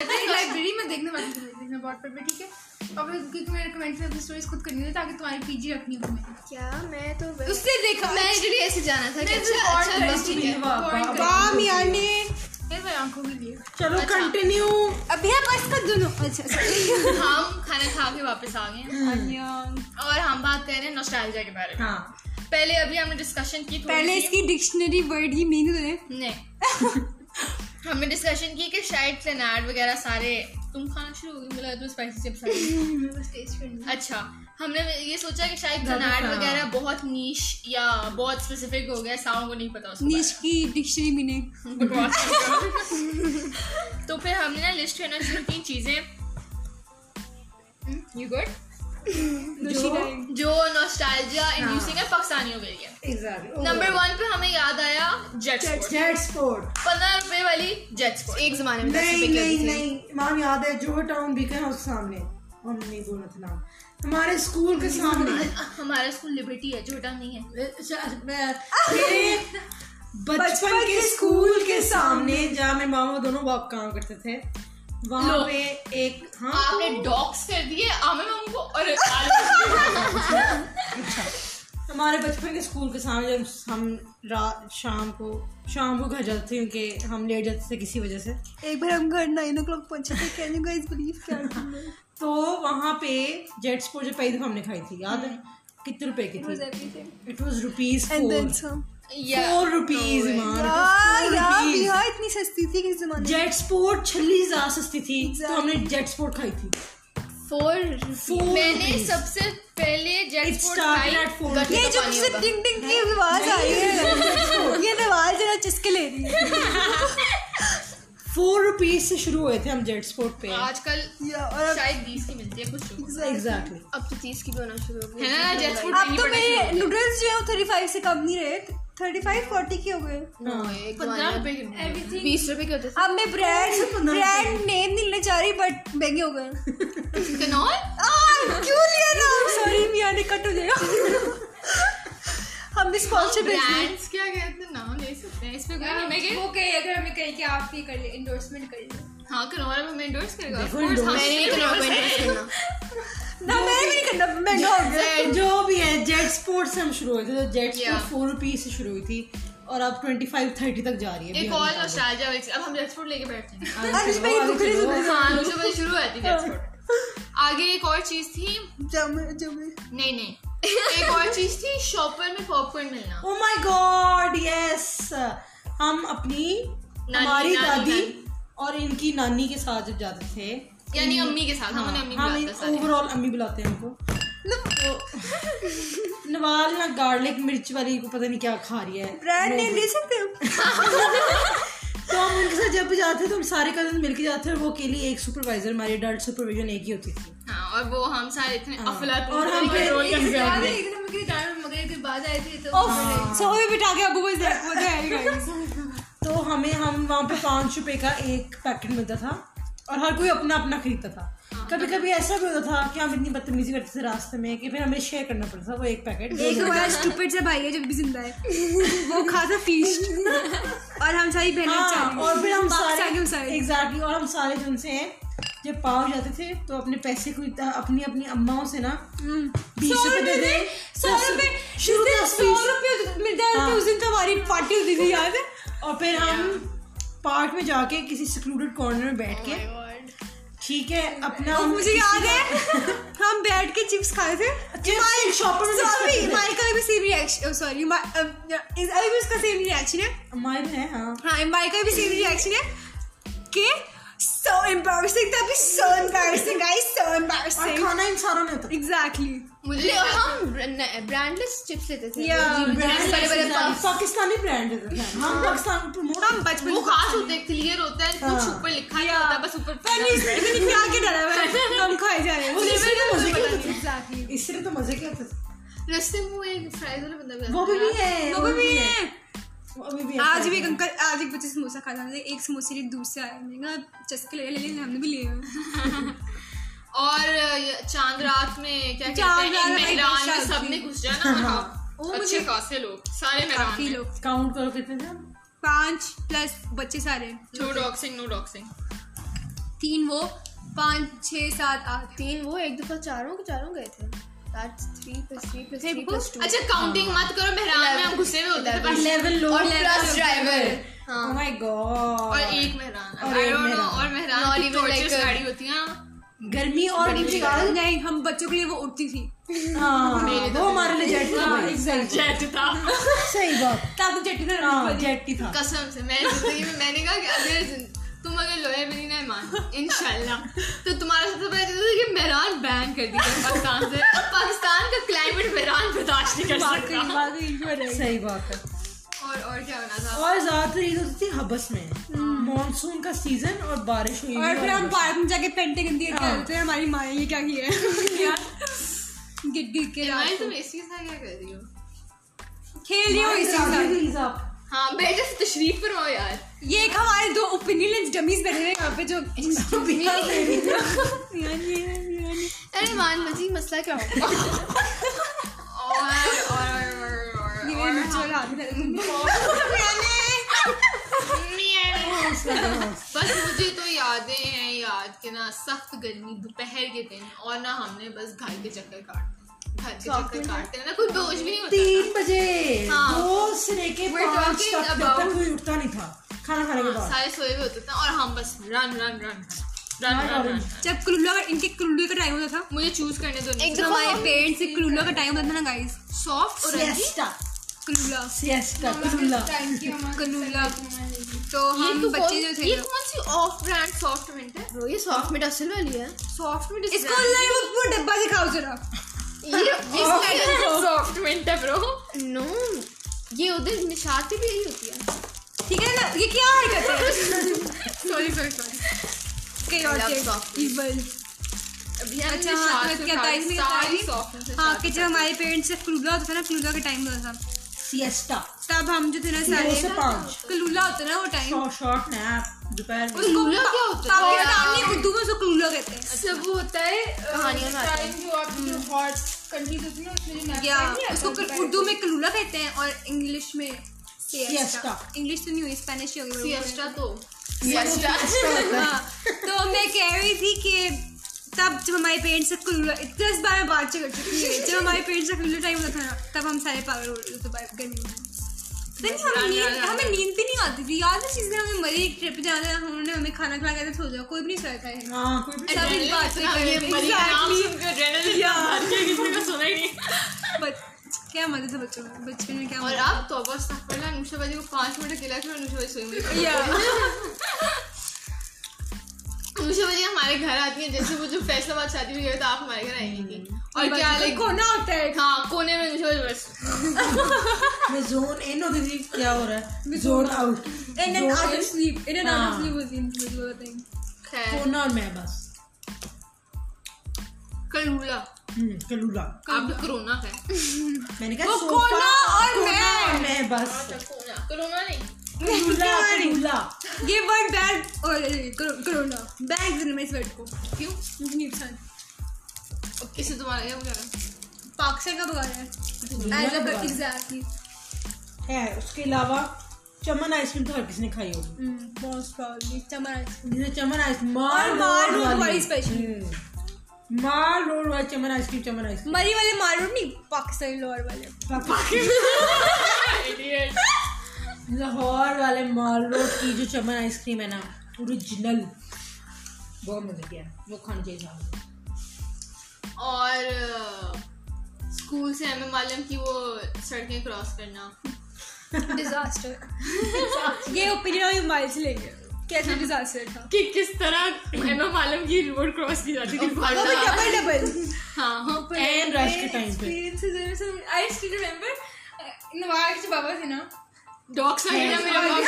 Speaker 6: library में देखने वाली थी देखना बोर्ड पर भी ठीक है और फिर क्योंकि मेरे कमेंट्स में अपनी स्टोरीज खुद करनी थी ताकि तुम्हारी पीजी रखनी हो मैं
Speaker 5: क्या मैं तो वही-
Speaker 6: उससे देखा
Speaker 5: मैं एक्चुअली ऐसे जाना था कि
Speaker 6: मैं
Speaker 1: اچھا-
Speaker 5: अच्छा
Speaker 6: रिकॉर्ड
Speaker 5: अच्छा
Speaker 6: कर
Speaker 5: बस ठीक
Speaker 6: रही
Speaker 5: है
Speaker 6: थी। वाह,
Speaker 1: ہاں۔
Speaker 4: वाह मियां ने
Speaker 6: ये मेरी आंखों के लिए
Speaker 4: चलो कंटिन्यू अभी हम बस का दोनों अच्छा sorry.
Speaker 1: हम खाना खा के वापस आ गए हैं और हम बात कर रहे हैं नॉस्टैल्जिया के बारे में
Speaker 6: हाँ
Speaker 1: पहले अभी हमने डिस्कशन की थोड़ी
Speaker 4: पहले
Speaker 1: सी-
Speaker 4: इसकी डिक्शनरी वर्ड की मीनिंग है
Speaker 1: नहीं हमने डिस्कशन की कि शायद क्लेनार्ड वगैरह सारे तुम खाना शुरू हो गई मुझे लगा तुम्हें स्पाइसी चिप्स अच्छा हमने ये सोचा कि शायद क्लेनार्ड
Speaker 6: हाँ।
Speaker 1: वगैरह बहुत नीश या बहुत स्पेसिफिक हो गया साओ को नहीं पता उसके
Speaker 4: नीच की डिक्शनरी मीनिंग
Speaker 1: बारे में। बकवास करो। तो फिर हमने ना लिस्ट करना शुरू की चीजें यू गुड जो नॉस्टैल्जिया इंड्यूसिंग है पाकिस्तानियों के लिए नंबर वन पे हमें याद आया जेट स्पोर्ट
Speaker 2: जेट स्पोर्ट
Speaker 1: पंद्रह रुपए वाली जेट स्पोर्ट
Speaker 5: एक जमाने में दस
Speaker 2: नहीं
Speaker 5: रुपए की
Speaker 2: नहीं
Speaker 5: होती थी।
Speaker 2: नहीं इमाम याद है जो टाउन बीकर हाउस सामने और नहीं बोला था नाम हमारे स्कूल के सामने
Speaker 1: हमारा स्कूल लिबर्टी है छोटा नहीं है
Speaker 2: اچھا، मेरे बचपन के स्कूल के सामने जहाँ मेरे मामा दोनों वॉक काम करते थे वहाँ
Speaker 1: लो।
Speaker 2: पे एक
Speaker 5: ہاں؟
Speaker 2: हाँ
Speaker 1: आपने डॉग्स कर दिए आमे मामू को और आलू।
Speaker 2: हमारे बचपन के स्कूल के सामने जब हम रात शाम को शाम को घर जाते थे क्योंकि हम लेट जाते थे किसी वजह से
Speaker 4: एक बार हम घर नाइन ओ क्लॉक पहुंचे थे कैन यू गाइस बिलीव क्या इट
Speaker 2: तो वहाँ पे जेट्स पर जो पहली दफा हमने खाई थी याद है कितने रुपए की
Speaker 4: वाज
Speaker 2: थी
Speaker 4: everything
Speaker 2: it was rupees
Speaker 4: and then
Speaker 2: four
Speaker 4: some
Speaker 1: Yeah.
Speaker 2: Four rupees
Speaker 4: यार बिहार इतनी सस्ती थी किस जमाने
Speaker 2: जेट स्पोर्ट छल्लीस ज्यादा सस्ती थी तो
Speaker 4: Exactly.
Speaker 2: हमने जेट स्पोर्ट खाई थी Four
Speaker 1: मैंने
Speaker 2: rupees.
Speaker 1: सबसे पहले जेट
Speaker 2: It
Speaker 1: स्पोर्ट
Speaker 2: started
Speaker 1: खाई
Speaker 2: at four
Speaker 1: गट्टे
Speaker 4: ये
Speaker 1: का
Speaker 4: जो
Speaker 1: पानी
Speaker 4: मुझसे
Speaker 1: होगा।
Speaker 4: टिंग टिंग की आवाज आई है ये आवाज जरा चस्के ले रही है
Speaker 2: فور روپیز سے شروع ہوئے تھے ہم جیٹ اسپورٹ پہ
Speaker 1: آج کل شاید بیس کی ملتی ہے کچھ
Speaker 2: ایگزیکٹلی
Speaker 5: اب تو تیس کی بھی ہونا شروع ہو
Speaker 1: ہے
Speaker 5: گئی
Speaker 1: نا جیٹ فوڈ
Speaker 4: اب تو میرے نوڈلس جو ہے وہ تھرٹی فائیو سے کم نہیں رہے تھرٹی فائیو فورٹی کے ہو گئے
Speaker 5: Oh,
Speaker 1: پندرہ روپے کی
Speaker 5: بیس روپے کے ہوتے تھے
Speaker 4: اب میں برانڈ برانڈ نیم نہیں لینا چاہ رہی بٹ مہنگے ہو گئے
Speaker 1: کنال
Speaker 4: آہ، کیوں لیا نا سوری میاں نے کٹ ہو جائے گا ہم نے اسپانسر
Speaker 1: برانڈس کیا کہتے ہیں نام لے سکتے ہیں اس پہ کوئی نہیں میں کہ
Speaker 7: اگر ہمیں کہیں کہ آپ کی کر لیں انڈورسمنٹ کر لیں
Speaker 1: ہاں کنال اب ہمیں انڈورس کرے گا ہاں۔ آف کورس ہم
Speaker 4: نہ میں نے بھی نہیں کرنا مہنگا ہو گیا
Speaker 2: جو بھی ہے جیٹ اسپورٹ سے ہم شروع ہوئے تھے تو جیٹ اسپورٹ فور روپیز سے شروع ہوئی تھی اور اب ٹوئنٹی فائیو تھرٹی تک جا رہی ہے
Speaker 1: ایک اور نوسٹالجیا ہوئی تھی اب ہم جیٹ فوڈ لے کے بیٹھتے ہیں
Speaker 4: آج میں یہ دکھری دکھری
Speaker 1: ہاں نوشہ بھائی شروع ہوتی جیٹ فوڈ آگے ایک اور چیز تھی
Speaker 4: جمع جمع
Speaker 1: نہیں نہیں ایک اور چیز تھی شاپر میں پاپ کارن ملنا
Speaker 2: او مائی گاڈ یس ہم اپنی ہماری دادی اور ان کی نانی کے ساتھ جب جاتے تھے ہاں،
Speaker 1: یعنی امی کے ساتھ ہم انہیں امی
Speaker 2: ہم
Speaker 1: بلاتے سارے
Speaker 2: اوور آل امی بلاتے ہیں ہم کو نوال نہ گارلک مرچ والی کو پتہ نہیں کیا کھا رہی ہے
Speaker 4: برانڈ نیم لے سکتے ہو
Speaker 2: تو ہم ان کے ساتھ جب بھی جاتے تھے تو ہم سارے کزن مل کے جاتے اور وہ اکیلی ایک سپروائزر ہماری اڈلٹ سپرویژن ایک ہی ہوتی تھی
Speaker 1: ہاں اور وہ ہم سارے اتنے افلاطون
Speaker 2: اور ہم پہ رول کر بیٹھ گئے
Speaker 4: سو بھی بٹھا کے ابو بس دیکھ وہ تو ہے ہی guys۔
Speaker 2: تو ہمیں ہم وہاں پہ پانچ روپے کا ایک پیکٹ ملتا تھا اور ہر کوئی اپنا اپنا خریدتا تھا کبھی کبھی ایسا بھی ہوتا تھا کہ ہم اتنی بدتمیزی کرتے تھے راستے میں کہ پھر ہمیں شیئر کرنا پڑتا تھا وہ ایک ہاں، پیکٹ
Speaker 4: ایک ہمارا اسٹوپڈ سا بھائی ہے جب بھی زندہ ہے وہ کھاتا فیسٹ اور ہم ساری بہنیں چاہتی
Speaker 2: اور پھر ہم
Speaker 4: ہم
Speaker 2: سارے
Speaker 4: سارے
Speaker 2: ایگزیکٹلی اور ہم سارے جو ان سے ہیں جب پاؤ جاتے تھے تو اپنے پیسے کو اپنی اپنی اماؤں سے نا بیس روپے دے دیں
Speaker 4: سو روپے
Speaker 2: شروع میں
Speaker 4: سو روپے ملتا ہے اس دن تو ہماری پارٹی ہوتی تھی یاد ہے
Speaker 2: ہاں، اور پھر ہم پارک میں جا کے کسی سکلوڈیڈ کارنر میں بیٹھ کے
Speaker 4: Oh
Speaker 2: ٹھیک ہے اپنا
Speaker 4: مجھے یاد ہے ہم بیٹھ کے چپس کھائے تھے
Speaker 2: شاپر
Speaker 4: سوری ہمارے کا بھی سیم ریئیکشن سوری ابھی بھی اس کا سیم ریئیکشن ہے
Speaker 2: ہمارے ہیں ہاں
Speaker 4: ہاں ہمارے کا بھی سیم ریئیکشن ہے کہ سو امبارسنگ تھا سو امبارسنگ آئی سو
Speaker 2: اور
Speaker 4: امبارسنگ
Speaker 2: کھانا انسانوں نے ہوتا
Speaker 4: ایگزیکٹلی
Speaker 1: مجھے
Speaker 5: اور ہم برانڈ لیس چپس لیتے تھے
Speaker 2: جی، بڑے بڑے پاکستانی برانڈ ہوتے ہیں ہم پاکستان پروموٹ
Speaker 4: ہم بچپن
Speaker 1: وہ خاص ہوتا ہے کلیئر ہوتا ہے
Speaker 2: ہاں۔
Speaker 1: کچھ اوپر لکھا نہیں ہوتا بس اوپر
Speaker 4: کیا کے ڈالا ہوا ہے ہم کھائے جا رہے ہیں
Speaker 2: اس لیے تو مزے کے ہوتے تھے
Speaker 4: ایگزیکٹلی
Speaker 2: اس لیے تو مزے کے ہوتے تھے
Speaker 1: رستے میں وہ ایک فرائز والا بندہ بھی
Speaker 2: وہ بھی بھی ہے
Speaker 4: لوگوں بھی ہیں
Speaker 2: وہ ابھی بھی
Speaker 4: آج بھی ایک انکل آج ایک بچے سموسا کھا جاتے ایک سموسے لیے دور سے آیا میں نے کہا چسکے لے لے لے ہم نے بھی لے
Speaker 1: اور چاند رات میں کیا کہتے ہیں مہران میں ہاں۔ سب نے گھس جانا اور اچھے خاصے لوگ سارے مہران
Speaker 4: کافی
Speaker 1: میں
Speaker 4: لوگ
Speaker 2: کاؤنٹ کرو کتنے تھے
Speaker 4: پانچ پلس بچے سارے
Speaker 1: نو ڈاکسنگ نو ڈاکسنگ
Speaker 4: تین وہ پانچ چھ سات آٹھ
Speaker 5: تین وہ ایک دفعہ چاروں کے چاروں گئے تھے three plus three plus three plus two
Speaker 1: اچھا کاؤنٹنگ مت کرو مہران میں ہم گھسے ہوئے ہوتے تھے بس
Speaker 2: لیول لو
Speaker 5: ہاں
Speaker 2: مائی
Speaker 1: اور
Speaker 2: گاڈ
Speaker 1: ایک مہران اور مہران کی ٹورچرس گاڑی ہوتی ہیں
Speaker 2: گرمی اور مجھے یاد
Speaker 4: نہیں ہم بچوں کے لیے وہ اٹھتی تھی
Speaker 2: ہاں وہ ہمارے لیے جیٹ تھا
Speaker 1: جیٹ تھا
Speaker 2: صحیح بات
Speaker 4: تاکہ چٹی نہ
Speaker 2: ہاں جیٹ تھا
Speaker 1: قسم سے میں زندگی میں میں نے کہا کہ اگر زند- تم اگر لوہے میری نہ مانو ان شاء اللہ تو تمہارا سب سے پہلے چیز کہ مہران بین کر دیا پاکستان سے اب پاکستان کا کلائمیٹ مہران برداشت نہیں کر سکتا
Speaker 2: صحیح بات ہے
Speaker 1: اور اور کیا ہونا تھا
Speaker 2: اور زیادہ تر عید ہوتی تھی حبس میں مانسون کا سیزن اور بارش ہوئی
Speaker 4: اور پھر ہم
Speaker 2: حبس۔
Speaker 4: پارک میں جا کے پینٹے گندی کیا
Speaker 5: ہاں۔
Speaker 4: ہوتے ہیں ہماری ماں یہ کیا کیا ہے گر گر کے
Speaker 1: ہمارے تم اسی کے ساتھ کیا کر رہی ہو
Speaker 4: کھیل رہی ہو اسی ساتھ
Speaker 1: ہاں بیٹے سے تشریف فرماؤ یار
Speaker 4: یہ ایک ہمارے دو اوپینین ڈمیز بیٹھے ہوئے یہاں پہ جو
Speaker 5: ارے مان مجھے مسئلہ کیا ہوگا
Speaker 1: اور اور اور اور اور ہاں، امی ہے۔ بس مجھے تو یادیں ہیں یاد کہ نا سخت گرمی دوپہر کے دن اور نہ ہم نے بس گھر کے چکر کاٹتے گھر کے چکر کاٹتے ہیں نا کوئی دوش بھی نہیں ہوتا تھا۔
Speaker 2: تین بجے
Speaker 1: ہاں۔
Speaker 2: دو سے لے کے
Speaker 1: We're
Speaker 2: پانچ
Speaker 1: talking
Speaker 2: تک جب
Speaker 1: about-
Speaker 2: تک کوئی اٹھتا نہیں تھا کھانا کھانے کے بعد
Speaker 1: سارے سوئے ہوئے ہوتے تھے اور ہم بس رن رن رن رن رن رن
Speaker 4: جب کلولہ کا ان کے کلولے کا ٹائم ہوتا تھا
Speaker 1: مجھے چوز کرنے دو نہیں
Speaker 4: ایک دفعہ ہمارے پیرنٹس سے کلولہ کا ٹائم ہوتا تھا نا گائز
Speaker 1: سافٹ اور رنجی
Speaker 2: سیسٹا
Speaker 4: کلولہ
Speaker 2: سیسٹا کلولا
Speaker 4: کلولہ تو ہم بچے جو تھے
Speaker 1: یہ کون سی آف برانڈ سافٹ منٹ ہے
Speaker 5: یہ سافٹ میٹ اصل والی ہے
Speaker 1: سافٹ منٹ
Speaker 4: اس کو وہ ڈبا دکھاؤ ذرا
Speaker 1: سافٹ منٹ ہے برو
Speaker 5: نو یہ ادھر نشاط پہ بھی یہی ہوتی ہے
Speaker 4: ٹھیک ہے نا یہ کیا حرکت ہے
Speaker 1: sorry sorry sorry
Speaker 5: Love
Speaker 4: Chaotic, evil.
Speaker 1: ابھی ہم نے
Speaker 4: اچھا ہاں
Speaker 1: شاہ
Speaker 4: تو
Speaker 1: سے
Speaker 4: کیا
Speaker 1: اٹھائی،
Speaker 4: تعریف نہیں
Speaker 1: ساری
Speaker 4: بتا
Speaker 1: softness سے
Speaker 4: رہی ہاں
Speaker 1: شاہ
Speaker 4: کہ
Speaker 1: سے
Speaker 4: جب ہمارے پیرنٹس سے کلولا ہوتا تھا نا کلولا کا ٹائم ہوتا تھا
Speaker 2: سیسٹا
Speaker 4: تب ہم جو تھے نا
Speaker 2: دو
Speaker 4: سارے
Speaker 2: سے پانچ
Speaker 4: کلولا ہوتا نا وہ ٹائم
Speaker 2: شارٹ نیپ دوپہر میں
Speaker 4: اس کو
Speaker 1: کلولا کیا ہوتا ہے؟
Speaker 4: پاکستانی اردو میں اس کو کلولا کہتے ہیں
Speaker 1: اچھا۔
Speaker 7: سب وہ ہوتا ہے
Speaker 5: کہانیاں بناتے ہیں۔
Speaker 7: ٹائم جو آپ جو ہاٹ کنٹریز ہوتی ہیں اس میں جو
Speaker 4: یا
Speaker 7: نیپسٹائم نہیں
Speaker 4: اس کو
Speaker 7: آتا
Speaker 4: اردو میں کلولا کہتے ہیں اور انگلش میں
Speaker 2: Siesta.
Speaker 4: انگلش تو نہیں ہوئی اسپینش ہی ہوگی
Speaker 1: سیسٹا تو
Speaker 4: ہاں تو میں کہہ رہی تھی کہ تب جب ہمارے پیرنٹس سے کلولا دس بار میں بات کر چکی ہے جب ہمارے پیرنٹس سے کلولا ٹائم ہوتا تھا نا تب ہم سارے پاگل ہو رہے تھے باہر گرمی میں پتہ نہیں ہمیں نیند ہمیں نیند بھی نہیں آتی تھی یاد ہے چیزیں ہمیں مری ایک ٹرپ جانا انہوں نے ہمیں کھانا کھلا کے سو جاؤ کوئی بھی نہیں سویا تھا
Speaker 2: ہاں کوئی بھی
Speaker 4: سب اس بات سے
Speaker 1: اتنا
Speaker 4: کر
Speaker 1: یہ
Speaker 4: رہے تھے۔
Speaker 1: مری نام سن کے adrenaline
Speaker 2: ہاں،
Speaker 4: Exactly.
Speaker 1: آتی ہے، کسی کو سنا ہی نہیں
Speaker 4: بچ- کیا مزہ تھا بچوں میں بچپن میں کیا
Speaker 1: اور
Speaker 4: مزہ
Speaker 1: آپ توبہ استغفر اللہ نوشا بازی کو پانچ منٹ اکیلا چھوڑا نوشا بازی سوئی ہوئی
Speaker 2: uh,
Speaker 1: تھی۔ نوشا بازی ہمارے گھر آتی ہے جیسے وہ جو فیصلہ باد شادی ہوئی ہے تو آپ ہمارے گھر آئی نہیں تھی اور کیا like-
Speaker 4: کونا ہوتا ہے
Speaker 1: ہاں کونے میں نوشا بازی بس
Speaker 2: میں زون ان ہوتی تھی کیا ہو رہا ہے zone out
Speaker 4: in and out sleep in and
Speaker 2: ہاں۔
Speaker 4: آؤٹ سلیپ ہوتی ہے ان کی ضرورت نہیں
Speaker 1: خیر
Speaker 2: کونا اور میں بس
Speaker 1: کلولا
Speaker 2: ہم، کلولا
Speaker 1: آپ کو کرونا ہے
Speaker 2: میں نے کہا
Speaker 4: وہ
Speaker 2: سوفا
Speaker 4: کونا اور
Speaker 2: کونا
Speaker 4: میں۔
Speaker 2: اور میں بس
Speaker 1: کرونا کرونا نہیں
Speaker 2: کلولا کلولا
Speaker 4: یہ ورڈ بیڈ اور کرونا بینک دینا میں اس ورڈ کو کیوں مجھے نہیں پسند
Speaker 1: اوکے، اسے تمہارا کیا وغیرہ
Speaker 4: پاکستان کا بغیر ہے آئی لو ایگزیکٹلی
Speaker 2: ہے اس کے علاوہ چمن آئس کریم تو ہر کسی نے کھائی ہوگی
Speaker 1: Hmm.
Speaker 4: Most probably Chaman ice
Speaker 2: جسے چمن آئس مار
Speaker 4: اور مار
Speaker 2: مار
Speaker 4: روڈ والی
Speaker 2: والی
Speaker 4: اسپیشل
Speaker 2: ہم، مار روڈ والی چمن آئس کریم چمن آئس
Speaker 4: مری والے مارو نہیں پاکستانی لوہر والے
Speaker 2: کریم لاہور والے مال روڈ کی جو چمن آئس کریم ہے نا اوریجنل بہت مزہ کیا وہ کھانی چاہیے ساتھ میں۔
Speaker 1: اور اسکول سے ایم ایم عالم کی وہ سڑکیں کراس کرنا
Speaker 4: ڈیزاسٹر یہ اوپینین اور موبائل سے لیں گے کیسے ڈیزاسٹر تھا
Speaker 1: کہ کس طرح ایم ایم عالم کی روڈ کراس کی جاتی تھی
Speaker 4: وہ بھی ڈبل ڈبل
Speaker 1: ہاں
Speaker 2: And rush کے time پہ۔
Speaker 4: uh,
Speaker 7: نواز جو بابا تھے نا
Speaker 1: ڈاگ سائڈ ہے میرا ڈاگ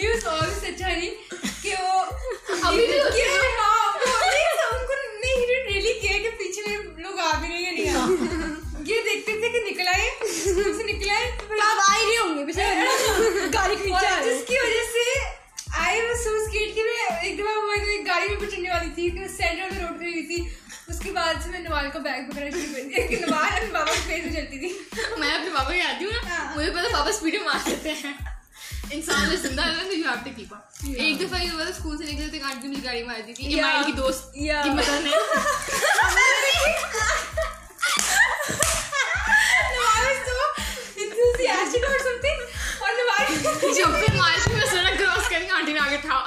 Speaker 7: یہ اس اور سے اچھا نہیں کہ وہ
Speaker 1: ابھی بھی ہوتی
Speaker 7: کہ ہاں وہ نہیں سب ان کو نہیں ریلی کیا کہ پیچھے میں لوگ آ بھی رہے ہیں یا نہیں آ یہ دیکھتے تھے کہ نکلا ہے اس سے نکلا ہے پھر
Speaker 4: آپ آئے نہیں ہوں گے بچے گاڑی کے نیچے آ
Speaker 7: اور
Speaker 4: رہے
Speaker 7: جس کی وجہ سے آئی محسوس کی کہ میں ایک دفعہ ہوا کہ ایک گاڑی میں پچڑنے والی تھی کہ سینٹر میں روڈ پہ ہوئی تھی اس کے بعد سے میں نوال کا بیگ پکڑنا شروع کر دیا کہ نوال اپنے بابا کے پیٹ میں چلتی تھی
Speaker 1: میں اپنے بابا کے آتی ہوں
Speaker 5: ہاں،
Speaker 1: نا مجھے پتا بابا اسپیڈیں مار دیتے ہیں انسان جو زندہ ہے تو you have to keep up ایک دفعہ یہ ہوا تھا اسکول سے نکلے تھے کانٹ کی مجھے گاڑی مار دی تھی ایمائل کی دوست کی مدد نے
Speaker 7: نوال is so enthusiastic or something اور نوال
Speaker 1: جب پھر مارچ میں سڑک کراس کر کے آنٹی نے آگے تھا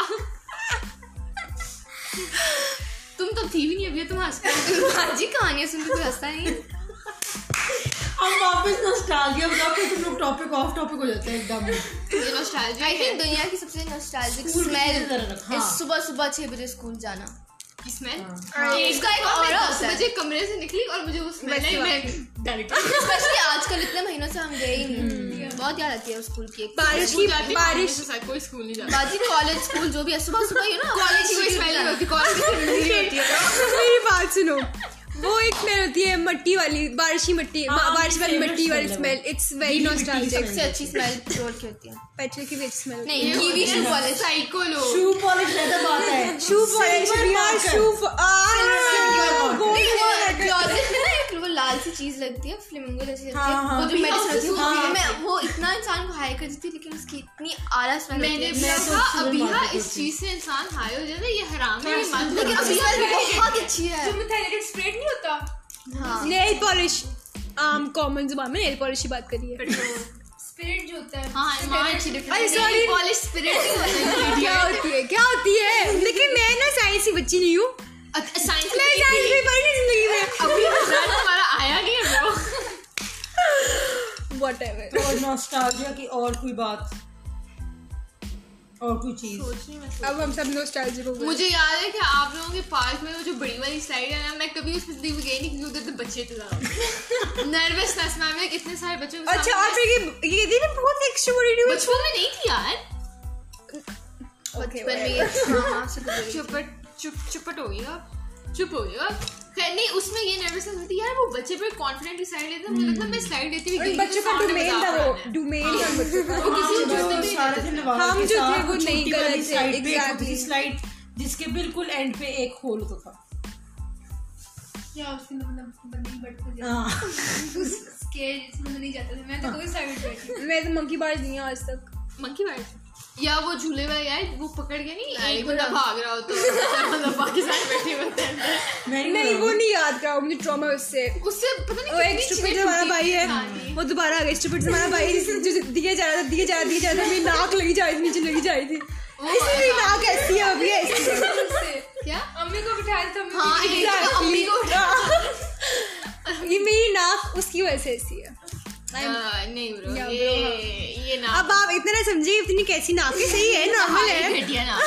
Speaker 1: تم تو تھی بھی نہیں ابھی تم ہنس
Speaker 5: ہاں جی کہانیاں سن کے کوئی ہنستا ہی نہیں
Speaker 2: اب واپس نوسٹالجیا بتاؤ کہ تم لوگ ٹاپک آف ٹاپک ہو جاتے ہیں ایک دم
Speaker 1: یہ نوسٹالجیا
Speaker 5: آئی تھنک دنیا کی سب سے نوسٹالجک
Speaker 2: School کی چیزیں
Speaker 5: اسمیل
Speaker 2: ذرا رکھ، ہاں۔
Speaker 5: صبح صبح چھ بجے اسکول جانا
Speaker 1: کی اسمیل ہاں۔
Speaker 5: اس کا ایک اور ہوتا ہے
Speaker 1: مجھے کمرے سے نکلی اور مجھے اس میں
Speaker 5: ویسی
Speaker 1: میں ڈر گئی
Speaker 5: اسپیشلی آج کل اتنے مہینوں سے ہم گئے ہی نہیں بہت یاد آتی ہے اسکول کی ایک
Speaker 4: بارش کی بارش
Speaker 1: کوئی اسکول نہیں جاتا
Speaker 5: باجی کالج اسکول جو بھی ہے صبح صبح ہی نا
Speaker 1: کالج کی کوئی اسمیل نہیں ہوتی کالج کی کوئی مزہ نہیں ہوتی ہے
Speaker 4: میری بات سنو وہ ایک اسمیل ہوتی ہے مٹی والی بارشی مٹی
Speaker 2: ہاں،
Speaker 4: با- بارش والی
Speaker 2: favorite
Speaker 4: مٹی والی
Speaker 2: smell ہے
Speaker 4: اسمیل اٹس ویری نوسٹالجک
Speaker 5: سب سے اچھی اسمیل پیٹرول کی ہوتی ہے
Speaker 4: پیٹرول کی ویٹ اسمیل
Speaker 5: نہیں کیوی شو کالج
Speaker 1: سائیکو لوگ
Speaker 2: شو پالش لیدر بات ہے
Speaker 4: شو پالش
Speaker 2: Silver
Speaker 4: بھی اور
Speaker 2: marker.
Speaker 4: شو ف- آ-
Speaker 2: Silver marker.
Speaker 4: gold marker.
Speaker 1: ہاں،
Speaker 5: کلوزٹ میں نا ایک وہ لال سی چیز لگتی ہے فلمنگو جیسی لگتی
Speaker 2: ہاں، ہاں۔
Speaker 5: ہے وہ جو
Speaker 1: پیاز
Speaker 5: میڈیسن
Speaker 1: کی
Speaker 5: ہوتی ہے
Speaker 1: سوپ
Speaker 5: وہ- میں وہ اتنا انسان کو ہائی کر دیتی ہے لیکن اس کی اتنی آرا اسمیل
Speaker 1: میں
Speaker 5: ہوتی
Speaker 1: نے
Speaker 5: ہے
Speaker 1: بھی کہا
Speaker 2: تو شروع
Speaker 1: ہاں، ابھی
Speaker 2: میں آتی
Speaker 1: اس
Speaker 2: تھی۔
Speaker 1: چیز سے انسان ہائی ہو جاتا ہے یہ حرام ہے یہ مت
Speaker 5: لیکن
Speaker 1: کرو۔
Speaker 5: ابھی
Speaker 4: ہاں۔
Speaker 5: بہت اچھی ہے
Speaker 7: جو methylated spray نہیں ہوتا
Speaker 5: ہاں
Speaker 4: نیل پالش عام common زبان میں نیل پالش کی بات کری ہے
Speaker 7: spirit جو ہوتا ہے
Speaker 1: ہاں
Speaker 7: اس سے
Speaker 1: ماں
Speaker 7: methylated-
Speaker 1: اچھی
Speaker 4: ارے
Speaker 1: ڈفرینٹ
Speaker 4: sorry.
Speaker 1: کالج اسپرٹ
Speaker 4: کیا ہوتی ہے کیا ہوتی ہے لیکن میں نا سائنس کی بچی نہیں ہوں
Speaker 1: سائنس
Speaker 4: میں سائنس بھی پڑھی نہیں زندگی میں
Speaker 1: ابھی result ہمارا آیا نہیں ہے bro۔
Speaker 4: واٹ ایور
Speaker 2: اور نوسٹالجیا کی اور کوئی بات اور کوئی چیز
Speaker 7: اب ہم سب نوسٹالجک ہو گئے
Speaker 1: مجھے یاد ہے کہ آپ لوگوں کے پارک میں وہ جو بڑی والی سلائڈ ہے نا میں کبھی اس زندگی میں گئی نہیں کیونکہ ادھر تو بچے تو زیادہ نروس نس میں میں اتنے سارے بچوں کے
Speaker 7: اچھا اور
Speaker 1: سامنے-
Speaker 7: پھر یہ یہ بھی بہت ایکسٹروورٹی ہوئی
Speaker 1: بچپن میں نہیں تھی یار
Speaker 5: بچپن میں یہ ہاں ہاں شکر
Speaker 1: چپٹ چپ چپٹ ہو گیا چپ ہو گیا خیر نہیں اس میں یہ نروسنس ہوتی ہے یار وہ بچے پہ کانفیڈنٹ سلائڈ لیتے ہیں مجھے لگتا ہے میں سلائڈ لیتی ہوئی گئی
Speaker 7: بچوں کا ڈومین تھا وہ ڈومین تھا بچوں کا ہم جو تھے وہ نہیں کر رہے تھے، exactly.
Speaker 2: سلائڈ جس کے بالکل اینڈ پہ ایک ہول ہوتا
Speaker 4: کیا اس کے مطلب بندی بڑھتے
Speaker 2: تھا ہاں
Speaker 4: اس کے جس میں نہیں جاتا تھا میں تو کوئی سائڈ بیٹھی
Speaker 7: میں تو منکی بارز نہیں ہوں آج تک
Speaker 1: منکی بارڈ یا وہ جھولے والا یار وہ پکڑ کے نہیں ایک بندہ بھاگ رہا ہوتا ہے مطلب پاکستان بیٹھے ہوتے ہیں
Speaker 7: نہیں وہ نہیں یاد کرا مجھے ٹراما اس سے
Speaker 1: اس سے پتہ
Speaker 7: وہ ایک
Speaker 1: نہیں
Speaker 7: اسٹوپٹ ہمارا بھائی ہے
Speaker 1: ہاں، جی۔
Speaker 7: وہ دوبارہ آ گیا اسٹوپٹ ہمارا بھائی جس نے جو دیا جا رہا تھا دیا جا رہا تھا دیا جا رہا تھا میری ناک لگی جا رہی تھی نیچے لگی جا رہی تھی اس لیے میری ناک ایسی ہے ابھی ایسی ہے
Speaker 1: کیا
Speaker 4: امی کو بٹھایا تھا امی
Speaker 1: ہاں ایک جگہ امی کو
Speaker 7: یہ میری ناک اس کی وجہ سے ایسی ہے
Speaker 1: نہیں برو یہ یہ نام
Speaker 7: اب آپ اتنا نہ سمجھے اتنی کیسی ناک ہے صحیح ہے نارمل ہے
Speaker 1: گھٹیا نام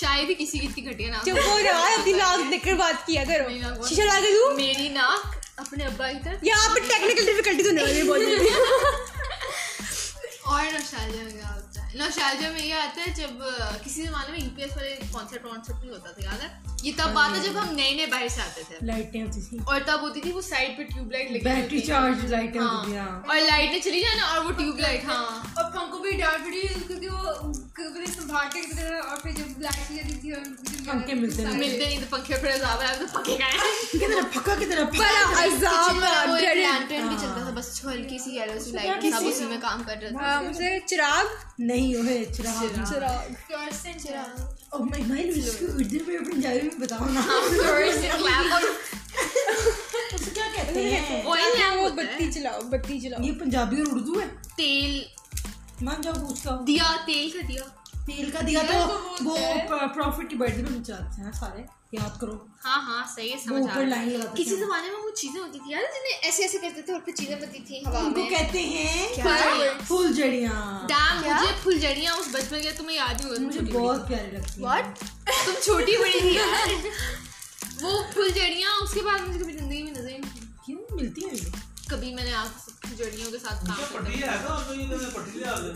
Speaker 1: شاید ہی کسی کی اتنی گھٹیا نام
Speaker 7: جو وہ رہا اپنی ناک دیکھ کر بات کیا کرو شیشہ لا کے دوں
Speaker 1: میری ناک اپنے ابا کی طرف
Speaker 7: یہاں پہ ٹیکنیکل ڈیفیکلٹی تو نہیں ہو رہی بہت جلدی
Speaker 1: اور نوشالجہ میں کیا ہوتا ہے نوشالجہ میں یہ آتا ہے جب کسی زمانے میں یو پی ایس والے کانسرٹ وانسرٹ نہیں ہوتا تھا یاد ہے یہ تب آتا جب ہم نئے نئے باہر سے آتے تھے
Speaker 2: لائٹیں ہوتی تھی
Speaker 1: اور تب ہوتی تھی وہ سائڈ پہ ٹیوب لائٹ لگی
Speaker 2: بیٹری چارج لائٹیں ہوتی تھی ہاں
Speaker 1: اور لائٹ نے چلی جانا اور وہ ٹیوب لائٹ ہاں
Speaker 4: اور ہم کو بھی ڈانٹ پڑی کیونکہ وہ کبھی سنبھال کے کسی طرح اور پھر جب لائٹ جاتی تھی اور
Speaker 2: پنکھے ملتے نہیں
Speaker 1: ملتے نہیں تو پنکھے پھر عذاب ہے تو پکے گئے
Speaker 2: کتنا پھکا کتنا
Speaker 7: بڑا اچھا، عذاب ہے
Speaker 1: وہ ایک
Speaker 7: dreaded.
Speaker 1: lantern بھی چلتا تھا بس ہلکی سی yellow سی light تھا، سب اسی میں کام کر رہے تھے۔
Speaker 7: ہاں، مجھے چراغ
Speaker 2: نہیں ہوئے چراغ ہاں۔
Speaker 7: چراغ
Speaker 2: او مائی مائی اس کو اردو میں پنجابی میں بتاؤ نا
Speaker 7: ہاں،
Speaker 2: اس کو کیا کہتے ہیں
Speaker 1: Oil lamp
Speaker 7: وہ
Speaker 1: ہوتا ہے۔
Speaker 7: بتی چلاؤ بتی چلاؤ
Speaker 2: یہ پنجابی اور اردو ہے
Speaker 1: تیل
Speaker 2: مان جاؤ اس کا
Speaker 1: دیا تیل کا دیا
Speaker 2: تیل کا دیا تو وہ پروفٹ کی برتھ میں بچاتے ہیں سارے ہاں، یاد کرو
Speaker 1: ہاں ہاں صحیح ہے
Speaker 2: وہ
Speaker 1: سمجھ آ
Speaker 2: اوپر
Speaker 1: رہا ہے۔
Speaker 2: لائن لگاتے
Speaker 1: کسی
Speaker 2: تھے
Speaker 1: زمانے میں وہ چیزیں ہوتی تھی یار جنہیں ایسے ایسے کرتے تھے اور پھر چیزیں بنتی تھی ہوا
Speaker 2: ان کو
Speaker 1: میں
Speaker 2: کہتے ہیں
Speaker 1: پھلجڑیاں۔
Speaker 2: پھول جڑیاں
Speaker 1: Damn، مجھے پھل جڑیاں اس بچپن کے تمہیں یاد نہیں ہوگا، تم
Speaker 2: مجھے
Speaker 1: چھوٹی
Speaker 2: بہت پیاری لگتی ہے
Speaker 1: بڑی- تم چھوٹی بڑی تھی یار۔ وہ پھل جڑیاں اس کے بعد مجھے کبھی زندگی میں نظر ہی نہیں آئی۔
Speaker 2: کیوں ملتی ہیں یہ؟
Speaker 1: کبھی میں نے آپ سے پھل جڑیوں کے ساتھ کام کرتے
Speaker 8: پٹی ہے نا، آپ کو یہ تو پٹی لے آ گئے۔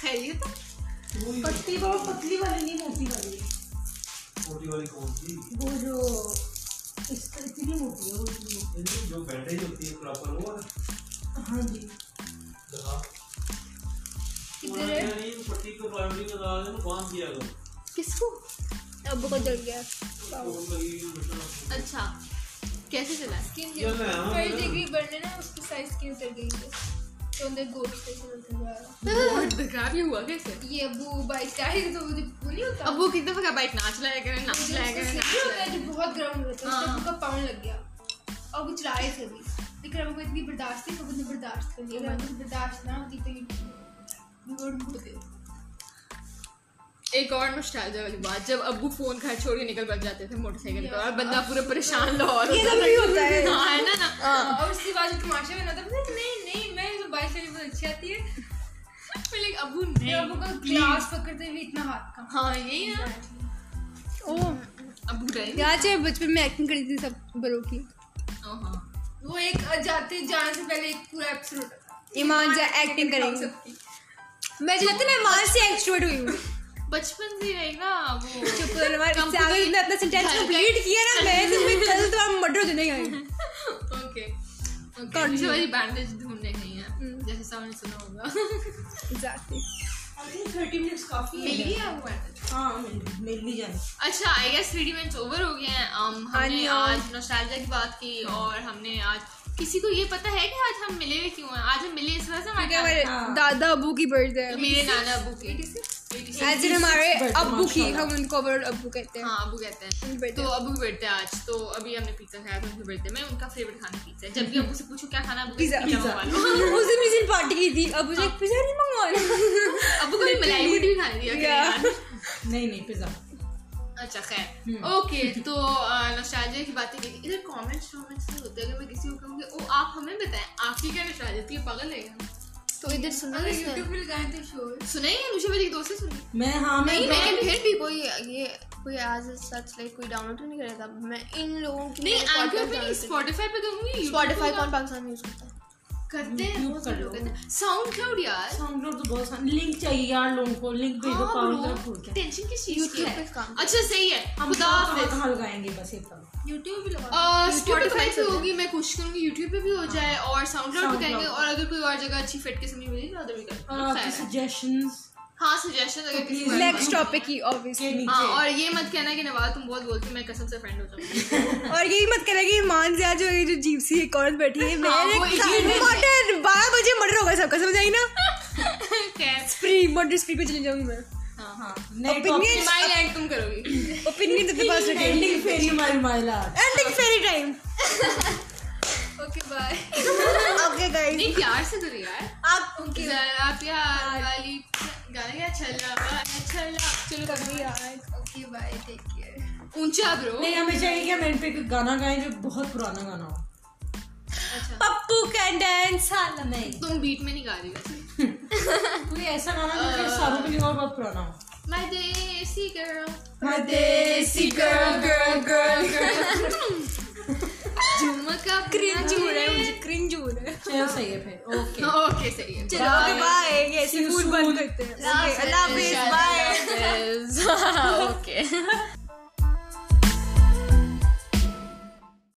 Speaker 1: خیریت ہے؟
Speaker 8: پوری
Speaker 2: پتلی بہت پتلی والی نہیں موٹی والی
Speaker 8: پوری والی کون سی
Speaker 2: وہ جو اس کا اتنی موٹی ہے وہ اتنی موٹی
Speaker 8: جو بینڈیج ہوتی ہے پراپر وہ ہے۔
Speaker 2: ہے۔ ہاں جی
Speaker 8: دکھا۔
Speaker 4: کدھر ہے؟
Speaker 8: یعنی پٹی کو پرائمری میں لگا کے باندھ دیا کرو۔
Speaker 1: کس کو
Speaker 7: اب بہت جل گیا
Speaker 8: وہ لگی ہوئی مطلب-
Speaker 1: اچھا کیسے چلا ہے؟
Speaker 8: یہ میں ہوں،
Speaker 4: پر
Speaker 8: میں-
Speaker 4: ڈگری بڑھنے نا اس کی سائز کی اتر گئی ہے تو اندر گوشت سے چلتا جا رہا ہے۔
Speaker 1: خراب یہ ہوا کیسے
Speaker 4: یہ ابو بائک چاہیے تو مجھے وہ نہیں ہوتا
Speaker 1: اب وہ کتنے کا بائک ناچ لایا کرے
Speaker 4: جی،
Speaker 1: ناچ لایا کرے ناچ لایا کرے۔
Speaker 4: جو بہت گرم ہوا تھا اس ٹائم کا پاؤں لگ گیا اور وہ چلا رہے تھے ابھی لیکن ہم کو اتنی برداشت تھی ہم نے برداشت کر لیا ہم برداشت نہ ہوتی تو یہ بگڑ ہوتے
Speaker 1: ایک اور نوسٹالجیا والی بات جب ابو فون گھر چھوڑ کے نکل بچ جاتے تھے موٹر سائیکل پر اور بندہ پورا پریشان لاہور
Speaker 7: یہ
Speaker 1: ہوتا
Speaker 7: سب بھی ہوتا ہے
Speaker 1: تھا۔ ہاں، ہے نا نا
Speaker 4: اور اس کے بعد جو تماشا بنا تھا پتا ہے، نہیں نہیں میں تو بائک چلانے بہت اچھی آتی ہے
Speaker 1: پھر like ابو
Speaker 4: پھر ابو
Speaker 1: نہیں
Speaker 4: کا گلاس پکڑتے ہوئے اتنا ہاتھ کا
Speaker 1: ہاں یہی نا
Speaker 7: اوہ،
Speaker 1: ابو ڈرائیو
Speaker 7: یاد ہے بچپن میں ایکٹنگ کری تھی سب بڑوں کی
Speaker 1: ہاں
Speaker 4: وہ ایک جاتے جانے سے پہلے ایک پورا ایپسوڈ
Speaker 7: ایمان جا ایکٹنگ کریں گے میں جاتے میں ایمان سے ایکسٹروٹ ہوئی ہوں
Speaker 1: بچپن سے رہے گا وہ
Speaker 7: چپ ہو جانا،
Speaker 1: کم
Speaker 7: ہمارے سے آگے میں اپنا سینٹینس کمپلیٹ کیا نا میں تمہیں کل تو ہم مڈر دینے گئے
Speaker 1: اوکے اوکے والی بینڈیج ڈھونڈنے گئی ہیں جیسے سب نے سنا ہوگا
Speaker 7: ایگزیکٹلی
Speaker 2: تھرٹی منٹس کافی
Speaker 1: مل
Speaker 2: ہے
Speaker 1: گیا وہ bandage؟
Speaker 2: ہاں مل مل بھی جائے
Speaker 1: اچھا آئی گیس تھری ڈیمنٹس اوور ہو گئے ہیں Um, ہم نے
Speaker 7: آنیا۔
Speaker 1: آج نوشالجہ کی بات کی اور ہم نے آج ککسی کو یہ پتا ہے کہ آج ہم ملے ہوئے کیوں ہیں آج ہم ملے اس وجہ سے ہمارے
Speaker 7: ہمارے
Speaker 2: ہاں۔
Speaker 7: دادا ابو کی برتھ ڈے
Speaker 1: گھر- میرے نانا ابو کی
Speaker 7: ایز ان ہمارے
Speaker 2: birthday,
Speaker 7: ابو کی
Speaker 2: ماشاءاللہ۔
Speaker 7: ہم ان کو ابو ابو کہتے ہیں
Speaker 1: ہاں ابو کہتے
Speaker 7: ان
Speaker 1: ہیں
Speaker 7: کی birthday
Speaker 1: تو ابو کی برتھ آج تو ابھی ہم نے پیزا کھایا تو ان کی birthday میں ان کا فیوریٹ کھانا پیزا ہے جبکہ ابو سے پوچھو کیا کھانا ابو
Speaker 7: Pizza.
Speaker 1: پیزا منگوا لو
Speaker 7: اس دن میری پارٹی کی تھی ابو نے
Speaker 1: ہاں۔
Speaker 7: پیزا نہیں منگوانا
Speaker 1: ابو کبھی ملائی ہوئی بھی کھانے دیا کرے
Speaker 7: Yeah.
Speaker 1: یار۔
Speaker 2: نہیں نہیں پزا
Speaker 1: اچھا خیر اوکے تو نوشالجیا کی باتیں کی ادھر کامنٹس وامنٹس نہیں ہوتے اگر میں کسی کو کہوں گی او آپ ہمیں بتائیں آپ کی کیا نوشالجیا تھی پاگل ہے تو ادھر سننا
Speaker 9: अगर
Speaker 1: کس نے
Speaker 9: यूट्यूब पे लगाएं तो श्योर
Speaker 1: سنا ہی ہے نوشا میری ایک دوست سے سنی
Speaker 2: میں ہاں میں
Speaker 5: نہیں لیکن پھر بھی کوئی یہ کوئی ایز سچ لائک کوئی ڈاؤن لوڈ نہیں کرے تھا میں ان لوگوں کی
Speaker 1: نہیں اینکر پہ نہیں اسپوٹیفائی پہ کروں گی
Speaker 5: اسپوٹیفائی کون پاکستان میں یوز کرتا ہے
Speaker 1: کرتے ہیں
Speaker 2: YouTube
Speaker 1: بہت
Speaker 2: کر
Speaker 1: سے
Speaker 2: لو۔
Speaker 1: لوگ کرتے ہیں ساؤنڈ کلاؤڈ یار
Speaker 2: ساؤنڈ لوڈ تو بہت لنک چاہیے یار لوگوں کو لنک بھیجو
Speaker 1: ہاں،
Speaker 2: پاؤڈر پھول کے
Speaker 1: ٹینشن کس چیز کی
Speaker 5: YouTube
Speaker 1: ہے
Speaker 5: پہ کام
Speaker 1: اچھا صحیح ہے
Speaker 2: ہم
Speaker 1: خدا حافظ
Speaker 2: کہاں لگائیں گے بس یہ بتاؤ
Speaker 9: यूट्यूब पे लगाओ
Speaker 1: اسپوٹیفائی پہ ہوگی میں کوشش کروں گی یوٹیوب پہ بھی ہو جائے اور ساؤنڈ کلاؤڈ
Speaker 2: Sound
Speaker 1: پہ کریں گے
Speaker 2: Cloud.
Speaker 1: اور اگر کوئی اور جگہ اچھی فٹ قسم کی ملی تو ادھر بھی
Speaker 2: اور آپ کے
Speaker 1: کریں
Speaker 2: سجیشنز
Speaker 1: ہاں سجیشن اگر کسی
Speaker 2: please
Speaker 1: کو ہے
Speaker 7: نیکسٹ ٹاپک ہی
Speaker 2: کے
Speaker 7: obviously
Speaker 1: ہاں
Speaker 2: نیچے
Speaker 1: اور یہ مت کہنا کہ نواز تم بہت بولتی ہو، میں قسم سے فرینڈ ہو جاؤں گی
Speaker 7: اور یہی مت کرے گی ایمان زیادہ جو یہ جو جیپ سی ایک عورت بیٹھی ہے میں
Speaker 1: ہاں، وہ اسی دن ہے۔
Speaker 7: مٹر بارہ بجے مٹر ہوگا سب کا سمجھ آئی نا
Speaker 1: خیر
Speaker 7: فری مٹر فری پہ چلی جاؤں گی میں
Speaker 1: ہاں ہاں
Speaker 2: نئے
Speaker 7: opinion-
Speaker 1: مائی لینڈ تم کرو گی
Speaker 7: اوپینین تو پاس رکھے
Speaker 2: اینڈنگ فیری ہماری مائلہ
Speaker 7: ending fairy time
Speaker 9: okay bye
Speaker 7: okay guys
Speaker 1: نہیں پیار سے کرو یار
Speaker 7: آپ
Speaker 1: ذرا پیار والی گانا کیا چل رہا اچھا چلو
Speaker 9: कभी यार ओके बाय टेक केयर
Speaker 1: اونچا برو
Speaker 2: نہیں ہمیں چاہیے کہ ہم اینڈ پہ ایک گانا گائیں جو بہت پرانا گانا ہو
Speaker 7: پپو کا ڈانس
Speaker 2: نہیں
Speaker 1: تم بیٹ میں نہیں گا رہی ویسے
Speaker 2: کوئی ایسا گانا جو پھر ساروں کے لیے اور بہت پرانا ہو
Speaker 1: My desi girl.
Speaker 2: My desi girl, girl, girl, girl.
Speaker 1: جھومک کا
Speaker 7: کرنج ہو رہا ہے مجھے کرنج ہو رہا ہے
Speaker 2: چلو صحیح ہے پھر اوکے
Speaker 1: اوکے صحیح ہے
Speaker 7: چلو بائے یہ ایسے
Speaker 2: you
Speaker 7: فون
Speaker 2: soon.
Speaker 7: بند کرتے ہیں Okay، اللہ حافظ بائے
Speaker 1: اوکے